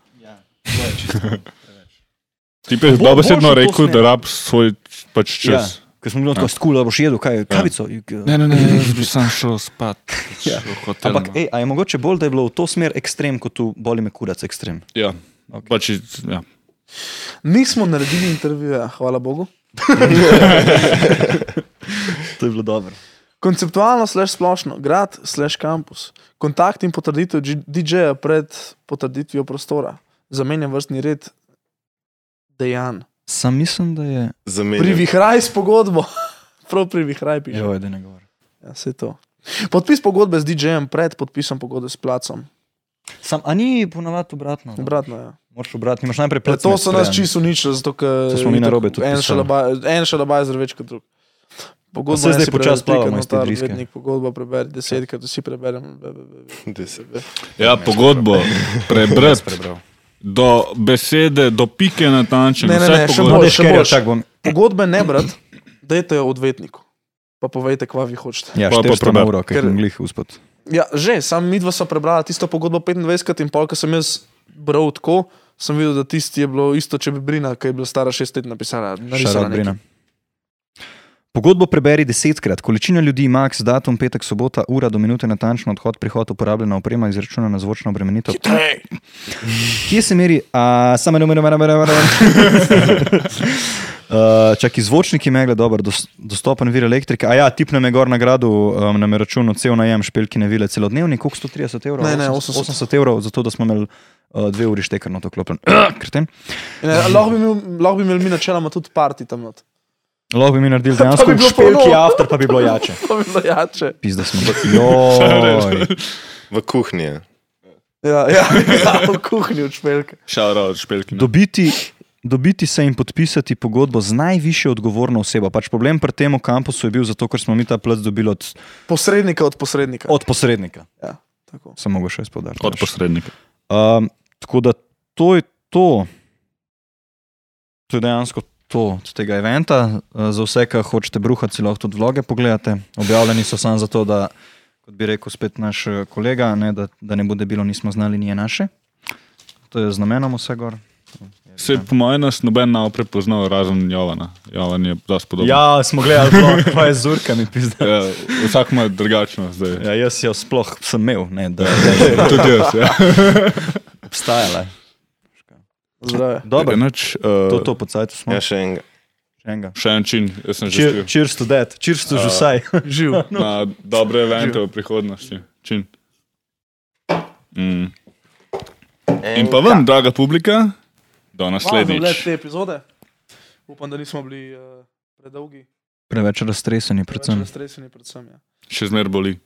S2: Ti pa je
S3: Bo-
S2: dobesedno
S3: boljše to
S2: rekel,
S3: smer.
S2: da rab svoj pač
S3: Ja,
S2: čas.
S3: ker smo bili tako, si kul, da boš jedel, kaj, kavico. Ja.
S2: ne, ne, jaz bi sam šel spat.
S3: Ja. Ampak,
S2: no.
S3: ej, a je mogoče bolj, da je bilo v to smer ekstrem, kot v boli me kurac ekstrem.
S2: Ja. Pač, ja.
S4: Nismo naredili intervjuja, hvala Bogu.
S3: To je bilo dobro.
S4: Konceptualno, slash splošno, grad, slash kampus, kontakt in potrditev dž- DJ-ja pred potrditvijo prostora, zamenja vrstni red dejanj.
S3: Sam mislim, da je...
S7: Zamenjaj.
S4: Privihraj s pogodbo, [LAUGHS] prav privihraj piše.
S3: Joj, da ne govorim.
S4: Ja, saj to. Podpis pogodbe z DJ-jem pred podpisom pogodbe s placom.
S3: Sam, a ni ponavadi obratno? da?
S4: Obratno, ja.
S3: Moraš obratno, imaš najprej
S4: Ja,
S3: plet.
S4: To so nas čisto uničili, zato ker
S3: To smo mi
S4: itak
S3: narobe tudi
S4: en
S3: pisali.
S4: šalabaj- En šalabajzer več kot drug. Pogodba
S3: zdaj
S4: ne si
S3: počasi
S4: preberi,
S3: plavamo
S4: pika,
S3: iz te
S4: notar,
S3: driske.
S4: odvetnik, Pogodba preberi desetkrat, vsi preberemo. be, be, be, be.
S2: ja, pogodbo prebrati do besede, do pike natančno.
S4: Ne, ne, ne,
S2: vse
S4: še
S2: pogodbe.
S4: bolj.
S3: Bolj,
S4: še
S3: še bolj.
S4: boljše.
S3: Čak bom.
S4: Pogodbe ne brat, dajte jo odvetniku. Pa povejte, kva vi hočete.
S3: Ja,
S2: Pa- pa
S3: 400
S2: preber.
S3: evrov, ker
S4: Ker-
S3: sem glih uspod.
S4: Ja, že, sam midva sva prebrala tisto pogodbo 25 in pol, ko sem jaz bral tako, sem videl, da tisti je bilo isto, če bi Brina, ki je bila stara šest let napisala. narisala
S3: Šarot
S4: nekaj.
S3: Brina. Pogodbo preberi desetkrat, količina ljudi, maks, datum, petek, sobota, ura do minute natančno, odhod, prihod, uporabljena oprema, izračunana zvočna obremenitev. Kje se meri? A, Samo ne morem, ne morem, ne morem. Čak izvočnik je megle dober, dos, dostopen vir elektrike. A ja, tipnem je gor na gradu, um, nam je računal cel najem špelkine vile celodnevni, koliko 130 evrov?
S4: Ne, ne,
S3: 80,
S4: 80.
S3: 80 evrov, zato da smo imeli uh, dve uri štekarno to klopen. [CLEARS THROAT] Krten.
S4: In, [LAUGHS] eh, Lahko bi imel- lahko bi imeli mi načeloma tudi parti tam not.
S3: Lahko bi mi naredili
S4: [LAUGHS] Pa no. bi
S3: dejansko
S4: bilo [LAUGHS]
S3: špelki
S4: polno.
S3: after, pa bi bilo jače.
S4: To bi bilo jače.
S3: Pizda smo.
S2: [LAUGHS] Ja,
S7: V kuhinji je.
S4: Ja, ja, ja v kuhinji od špelke.
S2: Šara od špelkina.
S3: Dobiti, dobiti se in podpisati pogodbo z najvišjo odgovorno osebo. Pač problem pri tem kampusu je bil zato, ker smo mi ta plac dobili od,
S4: Posrednika od posrednika.
S3: od posrednika.
S4: Ja, tako.
S3: Sem mogel še izpodariti.
S2: Od posrednika.
S3: Um, tako da to je to. To je dejansko to od tega eventa. Eh, Za vse, kar hočete bruhati, si lahko tudi vloge pogledate. Objavljeni so samo zato, da, kot bi rekel spet naš eh, kolega, ne, da, da ne bo debilo, nismo znali nije naše. To je z namenom vse gor.
S2: Se po mojem nas noben ne bo prepoznal, razen Jovana. Jovan je dosti podoben.
S3: Ja, smo gledali, kaj je z urkami, pizda.
S2: Ja, vsak ima drugačno zdaj. Ja.
S3: Ja, jaz jo sploh sem imel, ne, da, da je
S2: Tudi jaz. Ja.
S3: obstajala.
S4: Zdravje.
S3: [LAUGHS] Dobro,
S2: Enač,
S3: to,
S2: uh,
S3: to po cajtu smo.
S7: Ja, še enega.
S4: Hm.
S3: Še enega.
S2: še en čin, jaz sem že
S3: Cheer- Ja.
S2: skril.
S3: Cheers to that, cheers to žusaj.
S4: Živ.
S2: Na dobre evente v prihodnosti. Čin. Mm. In pa vam, draga publika, do
S4: Hvala za
S2: naslednjič.
S4: te epizode. Upam, da nismo bili uh, predolgi,
S3: Preveč raztreseni,
S4: predvsem
S3: predvsem.
S4: raztreseni. Predvsem, ja. No,
S2: Še zmer boli.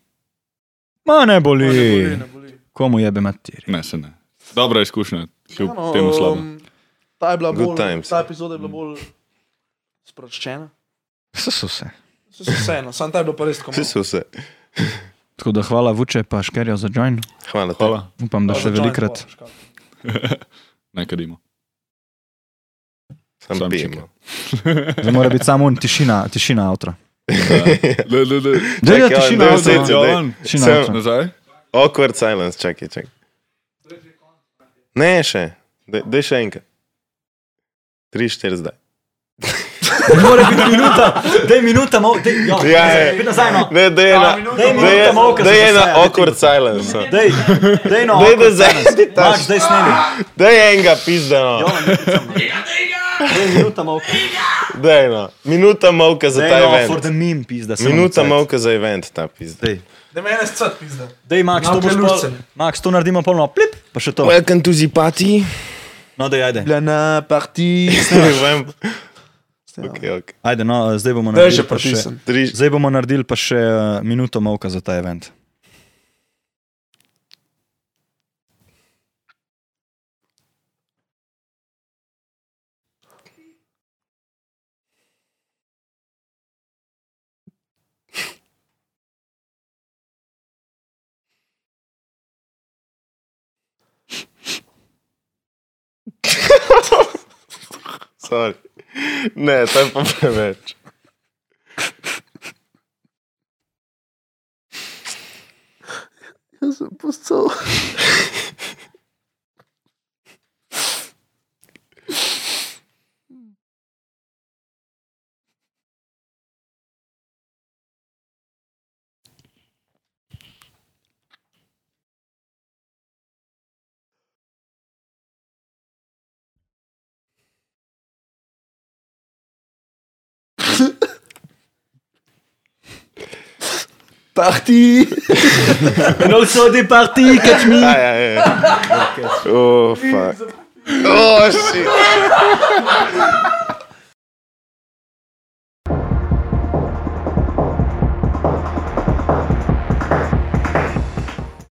S3: Ma ne
S4: Ne boli,
S3: boli.
S4: ne boli.
S3: Komu jebe materi?
S2: Ne, se ne. Dobra izkušnja, kljub
S4: Ja, no,
S2: temu slabo.
S4: em, ta, je bila
S7: Good
S4: bolj,
S7: times.
S4: ta epizoda je bila bolj sproščena.
S3: Vse so se.
S4: Saj se Vseeno, sam ta je bila pa res tako.
S7: Vsi so se.
S3: Tako da hvala Vuče pa Škerjo za join.
S7: Hvala. tebi.
S2: Hvala.
S3: Upam, da še velikrat.
S2: Nekaj dimo.
S7: Sam
S2: Sam
S7: pijemo.
S2: čekaj.
S3: Zdaj mora biti samo on tišina, tišina avtra.
S2: Ne, ne,
S3: [LAUGHS]
S2: ne.
S3: Zdaj je
S7: Čakaj, ja,
S3: tišina
S7: Andrej,
S3: avtra.
S7: sedaj, sedaj.
S2: on.
S3: Tišina
S7: Sem-
S3: avtra.
S2: Nazaj?
S7: Awkward silence, čakaj, čakaj. Ne, še. Daj daj še enkrat. 3, 4 zdaj.
S8: Mora biti minuta, daj minuta, mal, daj, jo,
S7: Ja, je.
S8: spet nazaj, no.
S7: Ne, daj ena.
S8: Daj
S7: Daj
S8: minuta
S7: ena-
S8: molka za
S7: Daj ena
S8: Josaja,
S7: awkward silence. no.
S8: Daj, daj no.
S7: Daj, da
S8: awkward silence. Max,
S7: zaeditaš.
S8: daj snemi.
S7: Daj enega, pizda, no.
S8: Jo, minuta molka. Daj minuta molka.
S7: Daj, no. Minuta molka za ta
S8: Daj no, for
S7: event.
S8: the meme, pizda. samo
S7: Minuta
S8: cajt.
S7: molka za event, ta pizda.
S4: Ne, mene je scrt, pizda.
S8: Daj, Max, to boš pol.
S4: Napeljulce.
S8: Max, to naredimo
S3: no,
S8: polno. Plip, pa še to.
S7: Welcome to the party.
S8: No, daj, ajde.
S4: Bila na parti. [LAUGHS]
S7: Ne
S8: Ja.
S7: [LAUGHS] vem. Okay, okay.
S3: Ajde, no, zdaj bomo
S4: Da je že
S3: naredili pa še,
S4: protisen.
S7: Tri,
S3: zdaj bomo naredili pa še eh, minuto molka za ta event.
S7: sorry. Ne, to je pa preveč.
S4: Jaz sem postal. Parti!
S8: And also the party, catch me. [LAUGHS]
S7: Aj, aj, aj. Oh, fuck. Oh, shit.